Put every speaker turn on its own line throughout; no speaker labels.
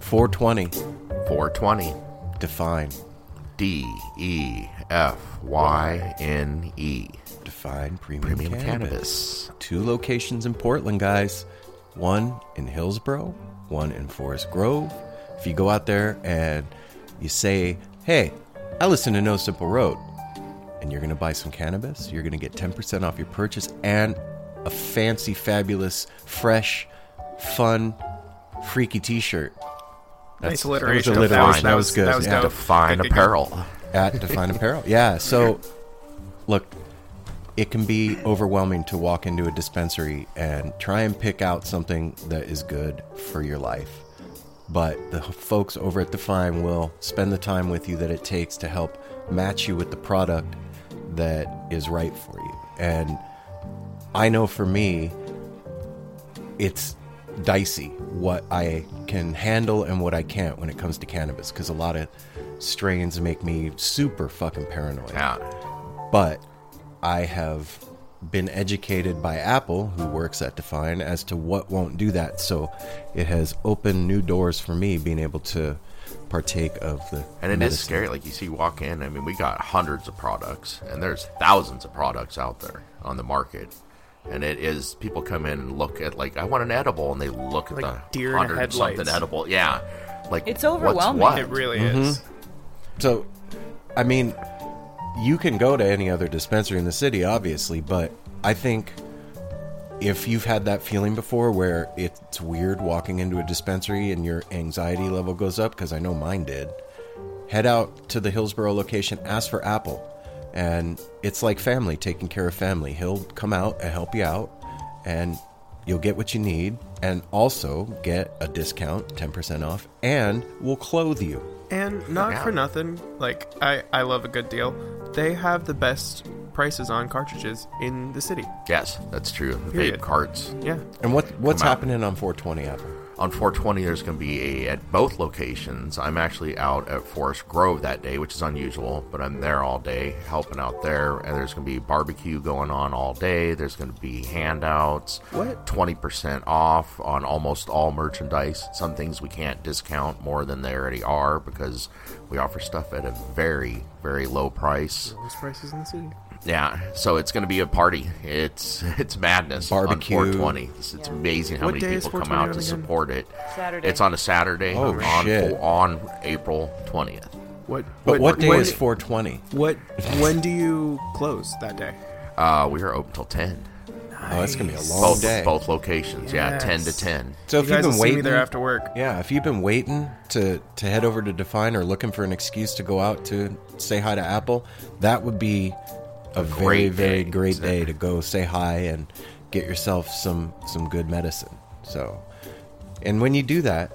Four twenty.
420.
Define.
D E F Y N E.
Define premium,
Premium
cannabis.
cannabis.
Two locations in Portland, guys. One in Hillsboro, one in Forest Grove. If you go out there and you say, "Hey, I listen to No Simple Road," and you're gonna buy some cannabis, you're gonna get 10% off your purchase and a fancy, fabulous, fresh, fun, freaky T-shirt. That's-
Nice
that was
alliteration.
alliteration.
That was- that was-
good.
that was
yeah.
dope.
Define
Good, good, good.
apparel.
at Define Apparel. Yeah. So, look, it can be overwhelming to walk into a dispensary and try and pick out something that is good for your life. But the folks over at Define will spend the time with you that it takes to help match you with the product that is right for you. And I know for me, it's dicey what I can handle and what I can't when it comes to cannabis because a lot of strains make me super fucking paranoid.
Yeah.
But I have been educated by Apple, who works at Define, as to what won't do that. So it has opened new doors for me being able to partake of the.
And it is
medicine.
scary. Like you see, walk in. I mean, we got hundreds of products, and there's thousands of products out there on the market. And it is people come in and look at like I want an edible, and they look at
Like
the
deer in
hundred and something
headlights.
edible. Yeah, Like
It's
what's
overwhelming.
what?
It really
mm-hmm.
is.
So, I mean, you can go to any other dispensary in the city, obviously, but I think if you've had that feeling before where it's weird walking into a dispensary and your anxiety level goes up, because I know mine did, head out to the Hillsboro location, ask for Apple. And it's like family taking care of family. He'll come out and help you out, and you'll get what you need, and also get a discount, 10% off, and we'll clothe you.
And not for nothing, like I, I love a good deal. They have the best prices on cartridges in the city.
Yes, that's true. Vape
Period.
carts.
Yeah.
And what what's
Come out.
happening on 420 Apple?
On 420, there's going to be a at both locations. I'm actually out at Forest Grove that day, which is unusual, but I'm there all day helping out there. And there's going to be barbecue going on all day. There's going to be handouts.
What?
20% off on almost all merchandise. Some things we can't discount more than they already are because we offer stuff at a very, very low price.
Lowest prices in the city.
Yeah, so it's going to be a party. It's it's madness.
Barbecue.
on 420. It's, it's amazing how
What day
many
is
people come
420
out to
on again?
support it.
Saturday.
It's on a Saturday.
Oh,
on,
shit.
on April 20th.
What?
But what, day
when-
is 420?
What? When do you close that day?
Uh, we are open till 10.
Oh, that's gonna be a long
Both
day.
both locations. Yeah, 10 to
Yes.
10.
So if
you
you've
guys will
been
see
waiting
me there after work.
yeah, if you've been waiting to to head over to Define or looking for an excuse to go out to say hi to Apple, that would be a, very
great
very
day.
great day to go say hi and get yourself some some good medicine. So, and when you do that,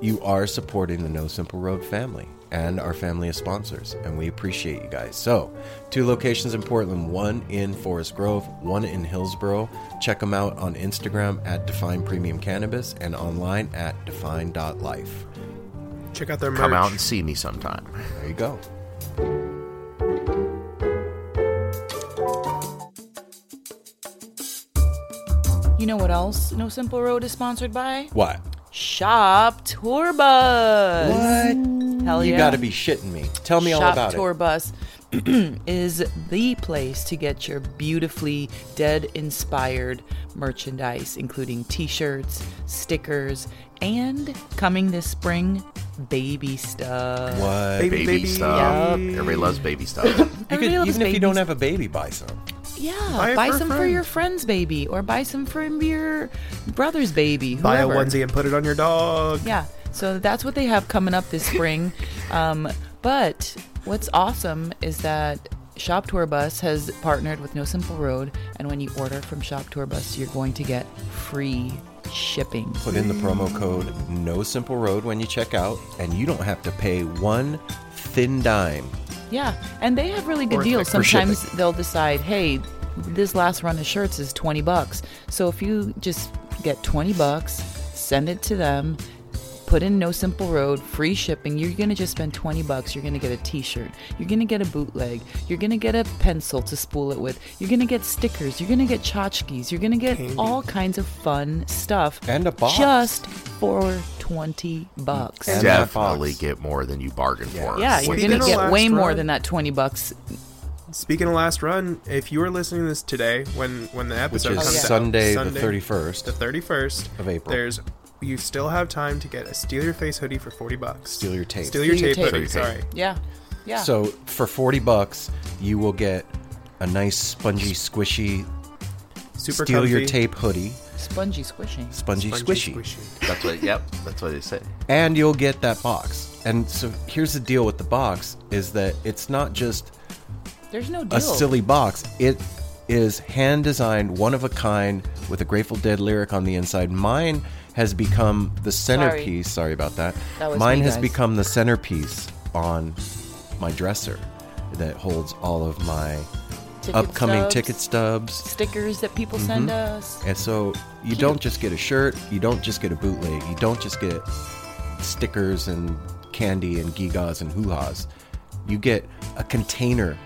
you are supporting the No Simple Road family and our family of sponsors, and we appreciate you guys. So, two locations in Portland one in Forest Grove, one in Hillsboro. Check them out on Instagram at Define Premium Cannabis and online at define.life.
Check out their merch.
Come out and see me sometime.
There you go.
You know what else No Simple Road is sponsored by?
What?
Shop Tour Bus. Hell
You
yeah.
gotta be shitting me. Tell me
Shop
all about
Tour
it.
Bus is the place to get your beautifully dead inspired merchandise, including t shirts, stickers, and coming this spring, baby stuff.
What?
Baby,
baby.
stuff. Everybody loves baby stuff.
You could,
Everybody
even
loves
if you don't
babies.
have a baby, buy some.
Yeah,
Buy
buy,
it for a
some for
friend.
your friend's baby, or buy some for your brother's baby.
Buy a
whoever.
onesie and put it on your dog.
Yeah, so that's what they have coming up this spring. um, but what's awesome is that Shop Tour Bus has partnered with No Simple Road, and when you order from Shop Tour Bus, you're going to get free shipping.
Put in the promo code No Simple Road when you check out, and you don't have to pay one thin dime.
Yeah, and they have really good
Worth
deals.
it for
Sometimes they'll decide, hey, this last run of shirts is 20 bucks. So if you just get 20 bucks, send it to them, put in No Simple Road, free shipping, you're going to just spend 20 bucks. You're going to get a t shirt. You're going to get a bootleg. You're going to get a pencil to spool it with. You're going to get stickers. You're going to get tchotchkes. You're going to get all kinds of fun stuff.
And a box.
Just for 20 bucks.
And that
Definitely
box.
get more than you bargained for.
Yeah, you're
with
going
Speaking
to
of
this.
get
last
way more
run-
than that 20 bucks
Speaking of last run, if you are listening to this today, when when the
Which
episode
is
comes out,
Sunday,
Sunday,
the 31st.
the 31st
Of April.
There's you still have time to get a steal your face hoodie for 40 bucks.
Steal your tape.
Steal your
Steal your
tape,
tape.
hoodie.
Steal your
Sorry.
Yeah. Yeah.
So for 40 bucks, you will get a nice spongy, squishy,
Super
steal your
comfy,
tape hoodie,
spongy squishing.
spongy,
spongy,
squishy.
That's what. Yep, that's what they say.
and you'll get that box. And so here's the deal with the box is that it's not just
There's no deal.
a silly box. It is hand designed, one of a kind, with a Grateful Dead lyric on the inside. Mine has become the centerpiece. Sorry, about that.
That was
Mine
me,
has
guys.
become the centerpiece on my dresser that holds all of my
Ticket
upcoming
stubs,
ticket stubs. Mm-hmm.
Stickers that people send us.
And so you don't just get a shirt, you don't just get a bootleg, you don't just get stickers and candy and gigas and hoo-has. You get a container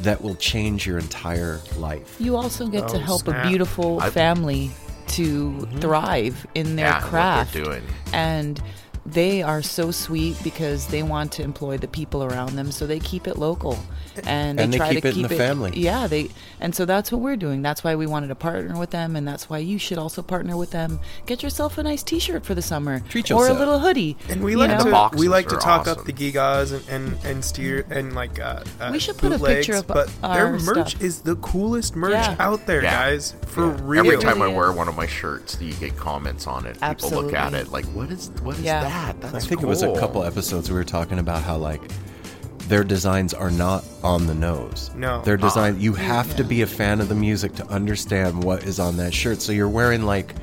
that will change your entire life.
You also get to
Oh,
help a
snap. Mm-hmm.
beautiful
I-
family to thrive in their
Yeah, what they're
craft.
doing.
And they are so sweet because they want to employ the people around them, so they keep it local, and they,
And they
try
keep
to
it in
keep
the family.
Yeah, they and so that's what we're doing. That's why we wanted to partner with them, and that's why you should also partner with them. Get yourself a nice T-shirt for the summer,
Treat
or a
yourself.
little hoodie.
And we
you
like
know?
The
to
boxes
we like to
are
talk up
awesome.
the gigas and and, and steer and like uh, uh,
We should put a
bootlegs,
picture of
but their
our
merch
stuff.
is the coolest merch
Yeah.
out there,
Yeah.
guys. For
Yeah.
real.
Every time
really
I wear
is.
one of my shirts, you get comments on it. People look at
Absolutely.
it like, "What is what is
Yeah.
that?" That's
I think it was a
cool."
couple episodes we were talking about how like their designs are not on the nose.
No. Ah,
Their design you have to be a fan of the music to understand what is on that shirt. So you're wearing like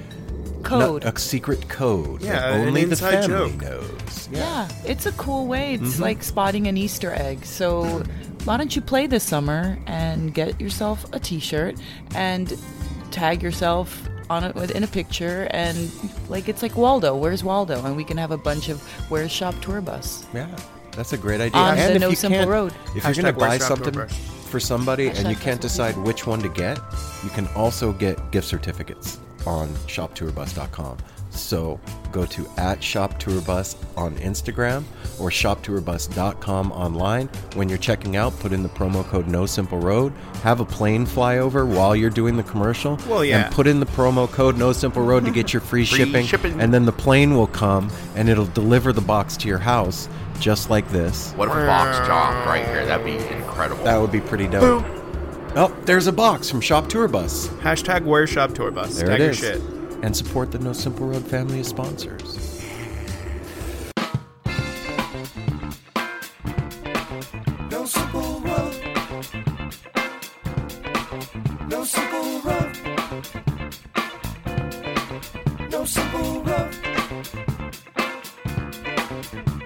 no-
Code.
a secret code. that
Yeah, an
only the
inside
family
joke.
knows.
Yeah, it's a cool way. It's like spotting an Easter egg. So, why don't you play this summer and get yourself a T-shirt and tag yourself on it with- in a picture and like it's like Waldo. Where's Waldo? And we can have a bunch of Where's Shop Tour Bus.
Yeah, that's a great idea.
On the
and if
No
you
Simple
can't,
Road.
if you're going
Hashtag
to
West
buy
Shop
something
Door Brush.
for somebody and
Hashtag
you can't
Festival
decide
Season.
which one to get, you can also get gift certificates on shoptourbus.com. So go to at shoptourbus on Instagram or shoptourbus.com online. When you're checking out, put in the promo code No Simple Road. Have a plane flyover while you're doing the commercial.
Well, yeah.
And put in the promo code No Simple Road to get your free,
Free
shipping,
shipping.
and then the plane will come and it'll deliver the box to your house just like this.
What if a box job right here? That'd be incredible.
That would be pretty dope. Oh, there's a box from Shop Tour Bus.
Hashtag where shop tour bus.
There
Tag
it
your
is.
shit.
And support the No Simple Road family as sponsors. No Simple Road. No Simple Road. No Simple Road.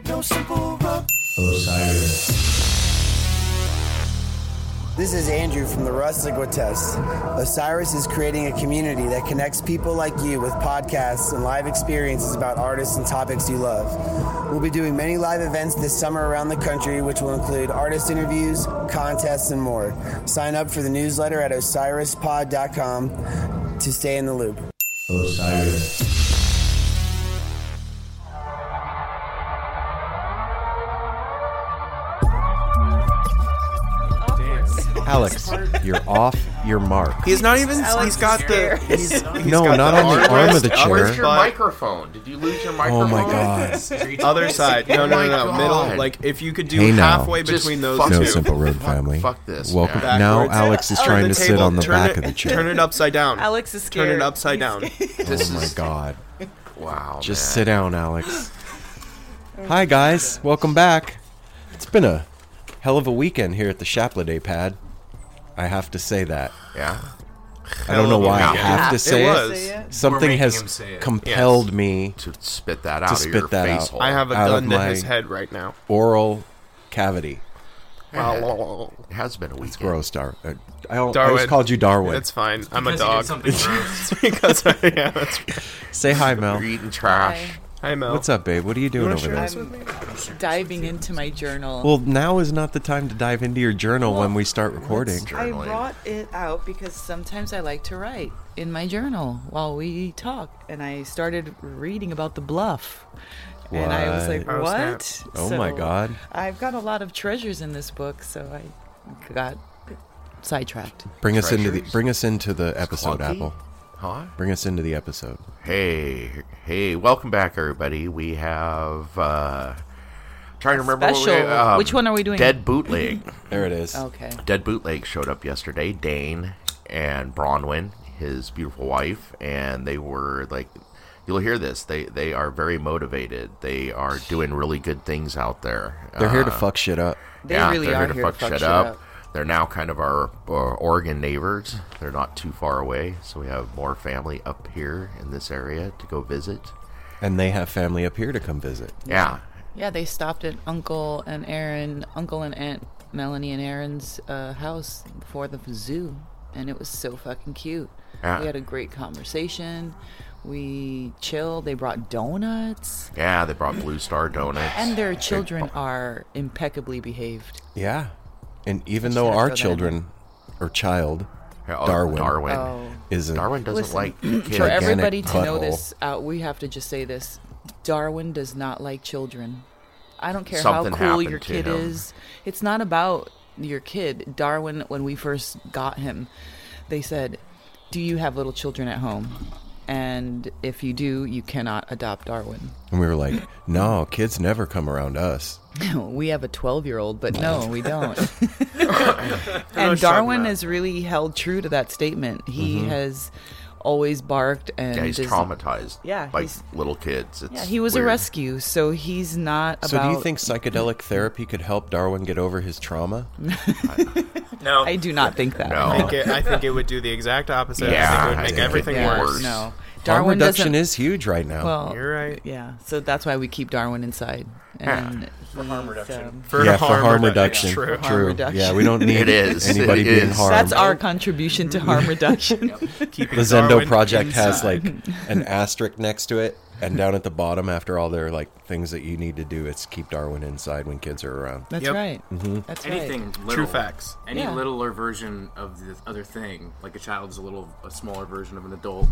No Simple Road.
This is Andrew from the Rustigua Test. Osiris is creating a community that connects people like you with podcasts and live experiences about artists and topics you love. We'll be doing many live events this summer around the country, which will include artist interviews, contests, and more. Sign up for the newsletter at osirispod.com to stay in the loop.
Alex, you're off your mark.
He's not even. he's got the. He's, he's
No,
got
not on the arm of the
armrest,
chair.
Where's
upper
your
butt,
microphone? Did you lose your microphone?
Oh my god.
Other side. No,
Oh
no,
my
no, no. Middle.
God.
Like if you could do
Hey, now.
halfway
Just
between those
fuck
two.
No
Dude.
Simple Road family.
Fuck this,
Welcome.
man.
Now
Backwards.
Alex is
Out of
trying
Oh, the
to sit
table.
on the
Turn
back
it-
of the chair.
Turn it upside down.
Alex is
Turn
scared.
it upside down.
This
Oh my
is
god.
wow.
Just
man.
sit down, Alex. Hi guys, welcome back. It's been a hell of a weekend here at the Chapladay pad. I have to say that.
Yeah.
I don't know
of a
why I
weekend.
have to say
it
it.
was.
Something
making
has
him say it.
compelled me
To spit that out of your
spit that
face
out.
hole.
I have a
Out of
gun to
my-
his head right now.
oral cavity.
It has been a week.
Gross, Dar. uh, I, al- I
Darwin.
always called you Darwin.
It's fine. I'm a
Because he did
dog.
something gross.
because I, yeah, that's
Say hi, Mel.
You're eating trash.
Hi Mel.
What's up, babe? What are you doing over there?
Diving into my journal.
Well, now is not the time to dive into your journal when we start recording.
I
Journaling.
brought it out because sometimes I like to write in my journal while we talk, and I started reading about the bluff. And I was like,
What?
Oh,
what?
snap.
Oh, my God.
I've got a lot of treasures in this book, so I got sidetracked.
Bring us into the
Treasures.
bring us into the episode,
Clunky?
Apple.
Huh?
Bring us into the episode.
Hey, hey, welcome back, everybody. We have uh trying to remember what we-
Special.
um,
Which one are we doing?
Dead bootleg.
There it is.
Okay.
Dead Bootleg showed up yesterday. Dane and Bronwyn, his beautiful wife, and they were like, you'll hear this. They they are very motivated. They are doing really good things out there.
They're here to
Uh,
fuck shit up.
They
yeah,
really
they're
are
here to fuck, shit, up. They're now kind of our, our Oregon neighbors. They're not too far away, so we have more family up here in this area to go visit.
And they have family up here to come visit.
Yeah,
Yeah, they stopped at Uncle and Aaron, Uncle and Aunt Melanie and Aaron's uh, house before the zoo, and it was so fucking cute.
Ah.
Yeah.
We had a great conversation. We chilled. They brought donuts,
yeah. They brought Blue Star donuts.
and their children
bu-
are impeccably behaved.
Yeah. And even
Just
though
gotta
our
throw that in.
children or child
Yeah, oh,
Darwin.
Darwin.
Oh.
is a
Darwin doesn't
Listen,
like kids.
For everybody to know
butthole.
this, out, we have to just say this: Darwin does not like children. I don't care
Something
how cool
happened
your
to
kid
him.
is. It's not about your kid. Darwin, when we first got him, they said, Do you have little children at home? And if you do, you cannot adopt Darwin.
And we were like, no, kids never come around us.
we have a 12 year old, but no, we don't.
what
and
you're talking
Darwin
about.
has really held true to that statement. He has always barked and
Mm-hmm. Yeah, he's
does-
traumatized.
Yeah,
by
he's-
little kids. It's
Yeah, he was
weird.
a rescue, so he's not
So
about.
do you think psychedelic therapy could help Darwin get over his trauma?
No,
I do not think that.
I
No,
think it, I think it would do the exact opposite.
Yeah,
I think it
I
would make
think
everything
it'd be
Yeah,
worse.
worse.
No,
Harm
Darwin
reduction
doesn't.
is huge right now.
well,
You're right.
yeah, so that's why we keep Darwin inside. And um, for harm reduction.
For
yeah, for harm reduction.
True.
True.
Harm reduction.
Yeah, we don't need
It is.
anybody
It
being
is.
harmed.
that's our contribution to harm reduction.
Keeping
the Zendo
Darwin
project has
inside.
like an asterisk next to it, and down at the bottom, after all their like things that you need to do, it's keep Darwin inside when kids are around.
That's
Yep.
right. That's
Anything
right.
little.
True facts.
Any
Yeah.
littler version of the other thing, like a child's a little, a smaller version of an adult.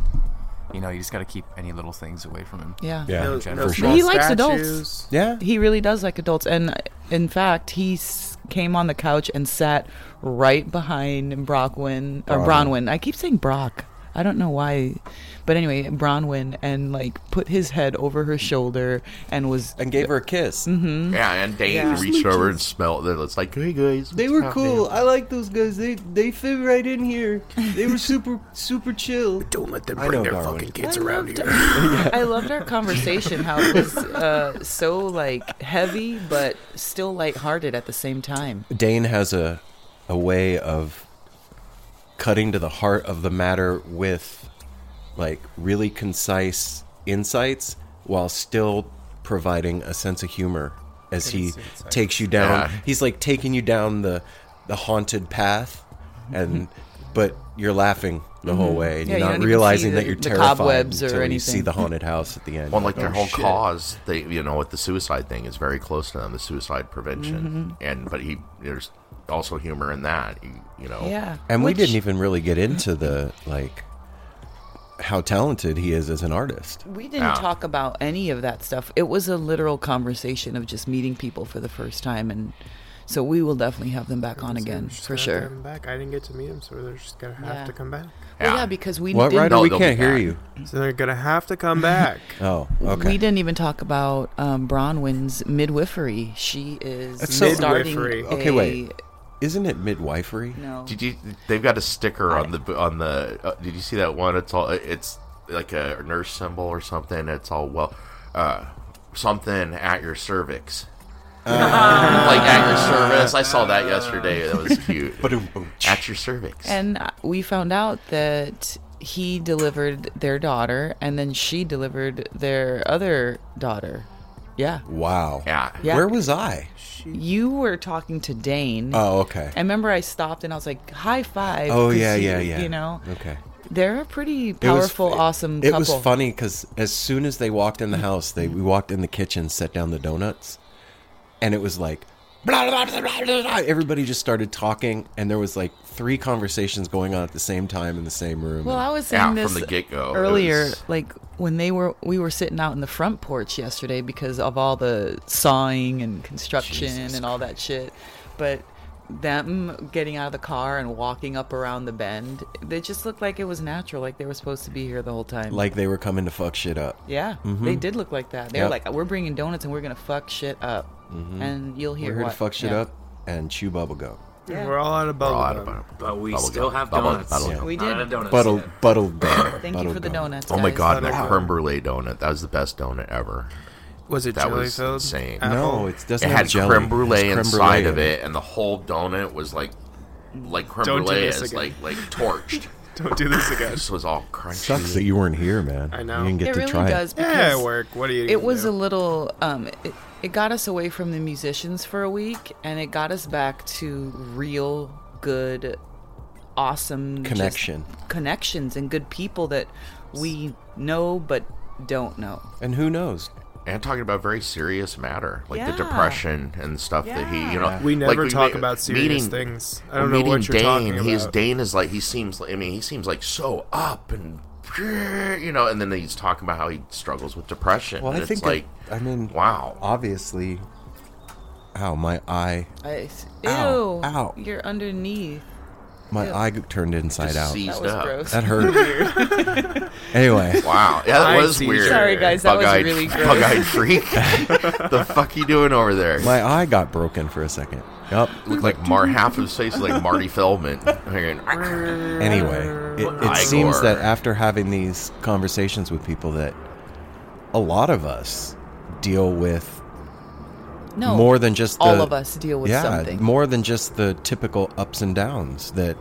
You know, you just got to keep any little things away from him.
Yeah.
Yeah,
No, no
for sure.
small
He likes adults.
statues.
Yeah,
He really does like adults, and in fact, he s- came on the couch and sat right behind Brockwin or Bronwyn. I keep saying Brock. I don't know why, but anyway, Bronwyn, and like put his head over her shoulder and was.
and gave her a kiss.
yeah, and Dane reached over and smelled it. It's like, hey guys,
They
what's
were
happening?"
cool. I like those guys. They they fit right in here. They were super super chill.
Don't let them
I
bring
know
their
Darwin.
fucking kids
I
around
loved-
here.
I loved our conversation. How it was uh, so like heavy, but still lighthearted at the same time.
Dane has a a way of cutting to the heart of the matter with like really concise insights while still providing a sense of humor as he takes you down.
Yeah.
He's like taking you down the the haunted path and but you're laughing the whole way. and
Mm-hmm.
you're
Yeah, you
not
don't even
realizing
see
that
the-
you're
the
terrified
cobwebs or
until you see
anything.
the haunted house at the end.
Well, like
You're
their
oh,
whole
shit.
cause, they you know, with the suicide thing is very close to them, the suicide
Mm-hmm.
prevention, and but he there's also humor in that, you, you know.
Yeah,
Oh. And
Which-
we didn't even really get into the like how talented he is as an artist.
We didn't
Yeah.
talk about any of that stuff. It was a literal conversation of just meeting people for the first time, and so we will definitely have them back on again
Just
for
gonna have to
sure. Mm-hmm.
have them back. I didn't get to meet him, so they're just gonna have
Yeah.
to come back.
Well,
Yeah.
yeah, because we
What,
didn't.
Ryder? We
they'll be
can't hear
back.
you.
So they're gonna have to come back.
Oh, okay.
We didn't even talk about um, Bronwyn's midwifery. She is
That's so-
starting.
Midwifery.
A,
Okay, wait. Isn't it midwifery?
No.
Did you? They've got a sticker on the on the. Uh, did you see that one? It's all. It's like a nurse symbol or something. It's all well, uh, something at your cervix.
Uh.
like at your service. I saw that yesterday. That was cute. at your cervix.
And uh, we found out that he delivered their daughter, and then she delivered their other daughter. Yeah,
Wow.
yeah.
Yeah.
Where was I?
you were talking to Dane.
Oh, okay.
I remember I stopped and I was like, high five.
Oh
'cause
yeah,
you-
yeah, yeah.
You know,
Okay.
they're a pretty
It was-
powerful,
it-
awesome
It
couple.
was funny because as soon as they walked in the house, they we walked in the kitchen, set down the donuts, and it was like blah, blah, blah, blah, blah, blah. everybody just started talking, and there was like three conversations going on at the same time in the same room.
Well,
and-
I was saying
Yeah, from
this
the get-go, it
earlier,
was-
like when they were we were sitting out in the front porch yesterday because of all the sawing and construction and all that shit. But them getting out of the car and walking up around the bend, they just looked like it was natural, like they were supposed to be here the whole time.
like they were coming to fuck shit up.
yeah, they did look like that. They were
Yep. Mm-hmm.
like, "We're bringing donuts and we're gonna fuck shit up," and you'll hear
We're here
what,
to fuck shit
yeah.
up and chew bubblegum.
We're all out of
We're all out
bubble
of
gum.
bubble-
But we
bubble
still
gum.
have
Bubble-
donuts.
bubble gum.
We
Not out
did.
of donuts
Buttle,
yet.
buttled gum.
Thank you for the donuts.
Oh my
guys.
god, that
Bubble
creme
gum.
brulee donut. That was the best donut ever.
Was it
That
jelly
was
filled?
insane.
Apple?
No, it doesn't
It
have
had
jelly.
creme brulee
It's creme
inside
brulee
of
in
it, and the whole donut was like, like creme
Don't do
brulee
this
is
again.
like like torched.
Don't do this again.
this was all crunchy.
Sucks that you weren't here, man.
I know.
You didn't get
It
to
really
try
does.
Yeah,
because-
it worked. What do you?
it was a little um it, it got us away from the musicians for a week and it got us back to real good awesome just
Connection.
connections and good people that we know but don't know
it. And who knows?
and talking about very serious matter, like
Yeah.
the depression and stuff that he, you know,
We
like,
never talk
ma-
about serious
meeting-
things. I don't know
meeting
what you're
Dane,
talking
He's
about.
Dane is like he seems. like I mean, he seems like so up and you know, and then he's talking about how he struggles with depression.
Well,
and
I think
it's like,
I, I mean,
wow.
Obviously, ow, my eye,
I, s- ew.
Ow, ow.
You're underneath.
my
Ew.
eye turned inside
Just
out.
seized
That was
up.
gross.
That hurt.
Weird.
Anyway,
Wow, yeah, that
I
was
see.
weird.
Sorry, guys, that was
Bug-eyed-
really gross.
Bug-eyed freak. the fuck you doing over there?
my eye got broken for a second. Yep.
Look like Mar. Half of his face is like Marty Feldman. Hanging-
Anyway, it, it seems
Igor.
that after having these conversations with people, that a lot of us deal with
No.
more than just the,
all of us deal with
yeah,
something.
more than just the typical ups and downs. That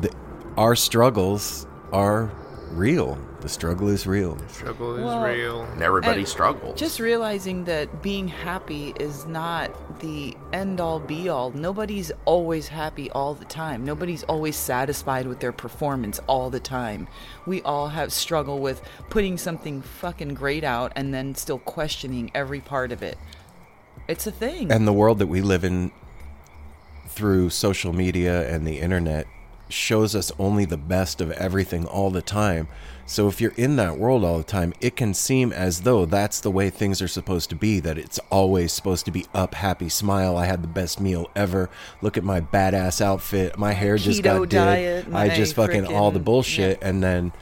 the, our struggles are real. The struggle is real.
Struggle is
Well,
real.
And everybody
And
struggles.
Just realizing that being happy is not the end all be all. Nobody's always happy all the time. Nobody's always satisfied with their performance all the time. We all have struggle with putting something fucking great out and then still questioning every part of it. It's a thing.
and the world that we live in through social media and the internet shows us only the best of everything all the time. So if you're in that world all the time, it can seem as though that's the way things are supposed to be that it's always supposed to be up, happy, smile, I had the best meal ever. Look at my badass outfit. My hair just
Keto
got
diet,
did. I just
my
fucking all the
frickin'-
bullshit and then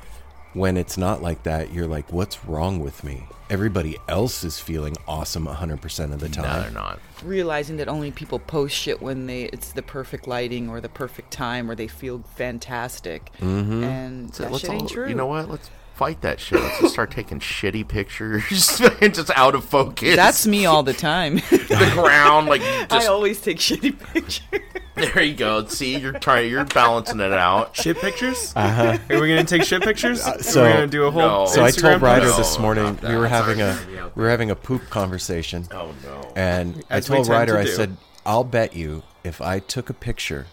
when it's not like that, you're like, what's wrong with me? Everybody else is feeling awesome 100% of the time.
no, they're not.
realizing that only people post shit when they it's the perfect lighting or the perfect time or they feel fantastic. And
Mm-hmm. So
that
let's
shit ain't
all-
true.
You know what? Let's fight that shit. Let's just start taking shitty pictures and just out of focus.
That's me all the time.
the ground. Like
I
just
always take shitty pictures.
there you go. See, you're trying. You're balancing it out.
Shit pictures? Uh-huh. Are we gonna take shit pictictures?
so-
We're gonna do a whole.
Uh, No.
So I told
Oh. Instagram Oh,
Ryder
post?
this
No,
morning
not
we were
that.
having a
Sorry, gonna be out
we were having a poop conversation,
Oh no.
and I
As we
told
tend
Ryder
to
I
do.
said I'll bet you if I took a picture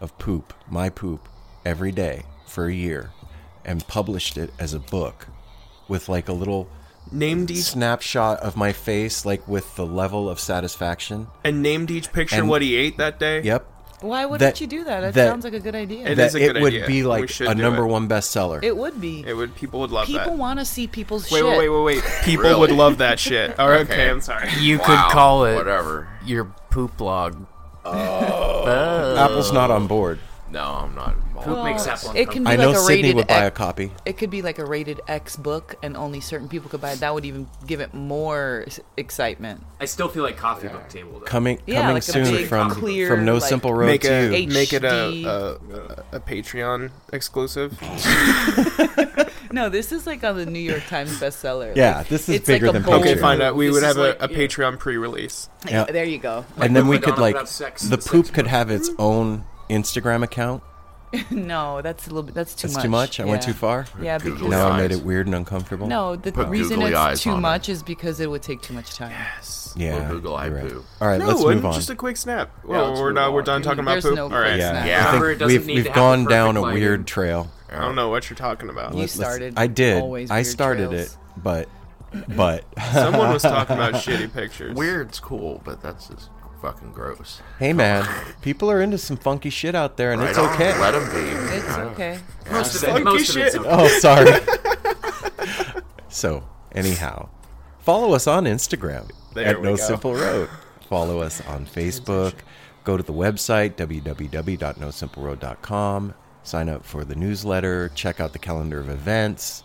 of poop, my poop, every day for a year, and published it as a book with like a little
Named each
snapshot of my face, like with the level of satisfaction.
and named each picture
And-
what he ate that day.
Yep.
Why wouldn't
That-
you do that? That,
that-
sounds like a good idea.
It
that
is a
it
good
would
idea.
be
We
like
should
a
do
number
it.
one bestseller.
It would be.
It would. People would love
People
that.
want to see people's
Wait,
shit.
wait, wait, wait, wait.
People would love that shit. All right, okay. I'm sorry.
You
Wow,
could call it
whatever.
Your poop log. Uh.
Apple's not on board.
Oh. No, I'm not involved.
Poop
Well,
makes Apple
it could be
I
like
know
a
Sydney
rated
would buy a
X-
copy.
It could be like a rated X book, and only certain people could buy it. That would even give it more s- excitement.
I still feel like coffee book table. Though.
Coming
Yeah,
coming
like a
soon
big,
from
clear,
from No
like-
Simple Road
Make
to
a
you.
make it
HD.
a a, a Patreon exclusive.
No, this is like on the New York Times bestseller.
Yeah,
Like,
this is
it's like
bigger
a
than
bold-
Okay,
Patreon.
fine. Uh, we
This
would
is
have
like-
a, a
yeah.
Patreon pre-release.
Yeah.
There you go.
and then we
Madonna
could like
without sex,
the
the
poop
sex
could have its own Instagram account.
No, that's a little bit. That's too
That's
much.
too much. I went
Yeah.
too far.
Yeah,
Googly
because
Googly
Now I made
eyes.
it weird and uncomfortable.
no, the
Put
reason
googly eyes
it's too
on it.
much is because it would take too much time.
Yeah.
Or Google I
you're right.
poo.
All right,
No,
let's
it wouldn't,
move on.
just a quick snap.
Yeah,
Well,
let's
we're
move
not. We're
on.
done talking about
There's
poop.
no
All right.
quick
yeah,
snap.
I
Yeah, or it
think
doesn't
we've
need to
we've
have the
gone down a
perfect lighting.
weird trail.
I don't know what you're talking about.
You
Let's- let's-
started.
I did.
Always
I
weird
started
trails.
it, but but
Someone was talking about shitty pictures.
Weird's cool, but that's just fucking gross.
hey man, people are into some funky shit out there, and it's
Right on,
okay.
Let them be.
It's okay.
Most
Funky
of it, most of
shit.
it's okay.
Oh, sorry. so, anyhow, follow us on Instagram
There
at
we
No
go.
Simple Road. Follow us on Facebook. Go to the website, www.nosimpleroad.com. Sign up for the newsletter. Check out the calendar of events.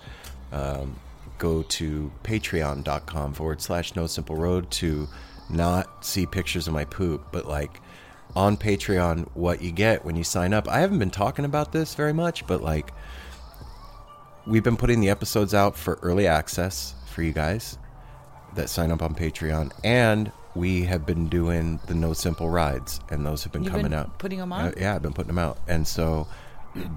Um, go to patreon.com forward slash no simple road to not see pictures of my poop, but like on Patreon, what you get when you sign up. I haven't been talking about this very much, but like we've been putting the episodes out for early access for you guys that sign up on Patreon, and we have been doing the No Simple Rides, and those have been
You've
coming
been
out.
putting 'em
Uh,
on?
yeah, I've been putting them out. And so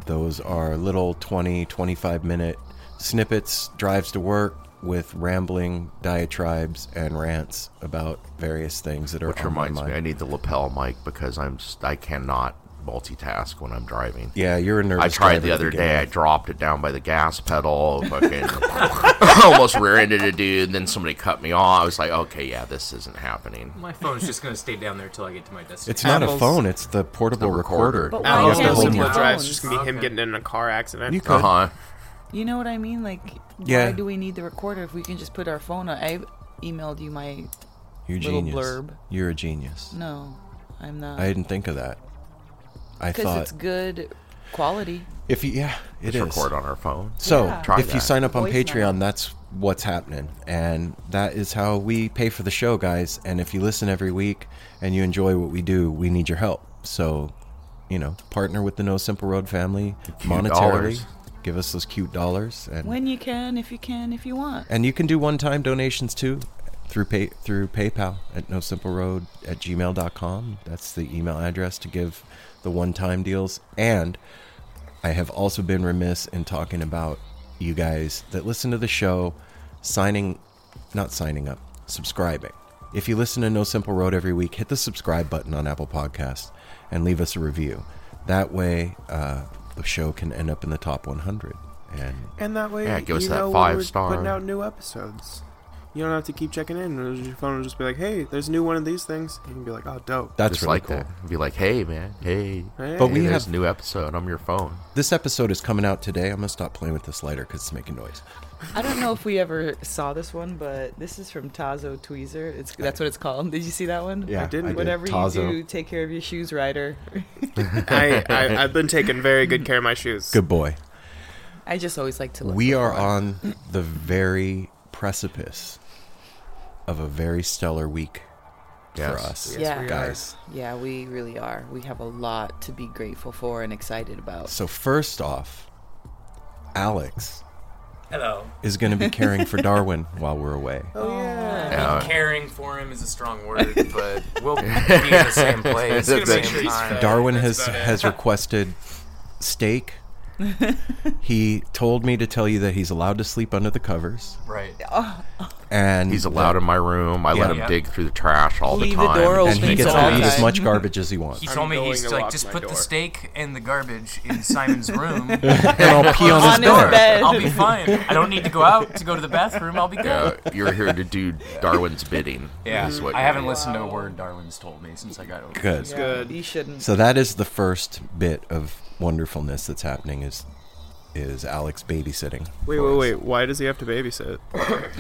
those are little 20, 25 minute snippets, drives to work with rambling diatribes and rants about various things that are
Which
on
reminds
my
me,
mind.
I need the lapel mic because I'm s- I cannot multitask when I'm driving.
yeah, you're a nervous
I tried
driver
the
to
other
begin
day. I
with.
dropped it down by the gas pedal, fucking almost rear-ended a dude. Then somebody cut me off. I was like, okay, yeah, this isn't happening.
My phone's just gonna stay down there till I get to my destination.
It's not a
Apple's-
phone, it's the portable
The
recorder.
recorder.
But
You
why
Apple's
have to
can't
no
we
hold
do
simple
your-
that?
drive. It's just gonna be him getting in a car accident.
You could.
Uh huh.
You know what I mean? Like,
Yeah.
why do we need the recorder if we can just put our phone on? I emailed you my
You're a
little
genius.
blurb.
You're a genius.
No, I'm not.
I didn't think of that. I
Because
thought
it's good quality.
If you, yeah, it
Just
is.
record on our phone.
So
Yeah.
Try
if you
that.
sign up on
Voice
Patreon,
memo.
that's what's happening, and that is how we pay for the show, guys. And if you listen every week and you enjoy what we do, we need your help. So, you know, partner with the No Simple Road family monetarily.
dollars.
Give us those cute dollars, and
When you can, if you can, if you want.
and you can do one-time donations too through pay through PayPal at no simple road at gmail.com. That's the email address to give the one-time deals. And I have also been remiss in talking about you guys that listen to the show, signing not signing up, subscribing. If you listen to No Simple Road every week, hit the subscribe button on Apple Podcasts and leave us a review. That way, uh, the show can end up in the top 100. And
And that way,
Yeah, give us
you
that
know when
five
we're
star.
Putting out new episodes. You don't have to keep checking in. Your phone will just be like, "Hey, there's a new one of these things." You can be like, "Oh, dope."
that's
Just
really
like
cool.
that. Be like, hey, man, hey.
Hey.
But we
there's
have-
new episode on your phone.
This episode is coming out today. I'm gonna stop playing with this lighter because it's making noise.
I don't know if we ever saw this one, but this is from Tazo Tweezer. It's that's what it's called. Did you see that one?
Yeah, I didn't. I did.
Whatever you
Tazo.
do, take care of your shoes, Ryder.
I, I I've been taking very good care of my shoes.
Good boy.
I just always like to. Look
We
for
are
one.
on the very precipice of a very stellar week
Yes.
for us,
Yes, we
guys.
Yeah, we really are. We have a lot to be grateful for and excited about.
So first off, Alex
Hello.
is gonna be caring for Darwin while we're away.
Oh,
Yeah.
Caring for him is a strong word, but we'll be in the same place. at the
That's-
same time.
Darwin has has requested steak. he told me to tell you that he's allowed to sleep under the covers,
Right.
and
Oh. He's allowed in my room. I let
Yeah.
him dig through the trash all
Leave
the
the
time.
door
and he
open
gets
till
to eat as
outside.
much garbage as he wants.
He told me
going
he's
to
like,
lock
just
my
put the
door."
steak and the garbage in Simon's room.
and I'll pee on
On
his
his
door.
bed.
I'll be fine. I don't need to go out to go to the bathroom. I'll be good.
Uh, you're here to do Darwin's bidding.
Yeah,
is what
I
you're
haven't listened to a word Darwin's told me since I got over.
Good.
Yeah,
Good.
You shouldn't.
So that is the first bit of wonderfulness that's happening is is Alex babysitting.
Wait, wait, wait. Why does he have to babysit?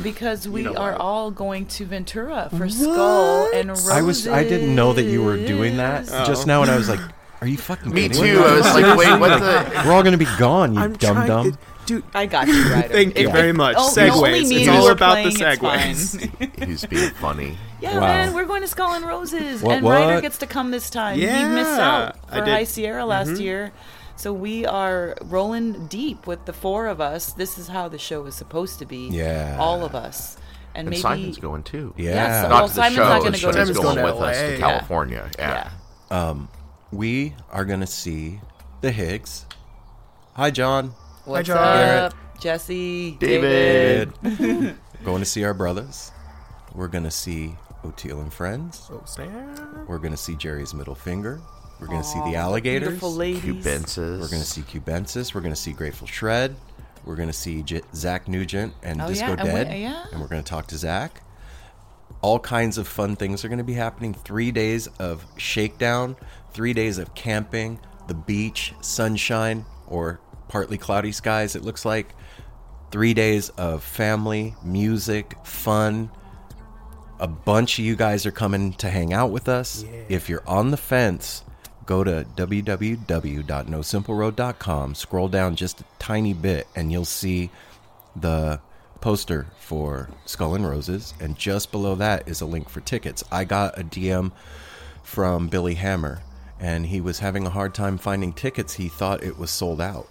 Because we are all going to Ventura for Skull and Roses.
I was I didn't know that you were doing that just now, and I was like, "Are you fucking
Me
kidding
too. I was like, wait, what the?
We're all gonna be gone, you dumb
trying
dumb."
to- dude.
I got you, Ryder.
Thank you
If-
very much.
Oh,
Segways.
only
It's
me and
all
you were
about the
playing, it's
segways.
fine.
He's being funny.
yeah,
Wow.
man, we're going to Skull and Roses,
What,
and Ryder
what?
gets to come this time.
Yeah,
he missed out
I
for
did.
High Sierra last year, so we are rolling deep with the four of us. This is how the show is supposed to be.
Yeah.
all of us, and,
And
maybe
Simon's going too.
Yeah.
Yes,
Not
well,
to the
Simon's
show.
not going to go to
Simon's
the
Simon's
going
going
with
to
us to
LA.
California. Yeah.
We are gonna see the Higgs. Hi, John.
What's
John.
up, Jesse? David.
Ed. going to see our brothers. We're gonna see O'Teal and friends.
Oh, snap.
We're gonna see Jerry's middle finger. We're gonna see the alligators.
Beautiful ladies.
Cubensis.
We're going to see Cubensis. We're going to see Grateful Shred. We're going to see J- Zach Nugent and
Oh,
Disco
yeah, and we-
Dead.
yeah.
And we're going to talk to Zach. All kinds of fun things are going to be happening. Three days of shakedown, three days of camping, the beach, sunshine, or partly cloudy skies, it looks like. Three days of family, music, fun. A bunch of you guys are coming to hang out with us. If you're on the fence, go to www.nosimpleroad.com, scroll down just a tiny bit, and you'll see the poster for Skull and Roses. And just below that is a link for tickets. I got a DM from Billy Hammer, and he was having a hard time finding tickets. He thought it was sold out.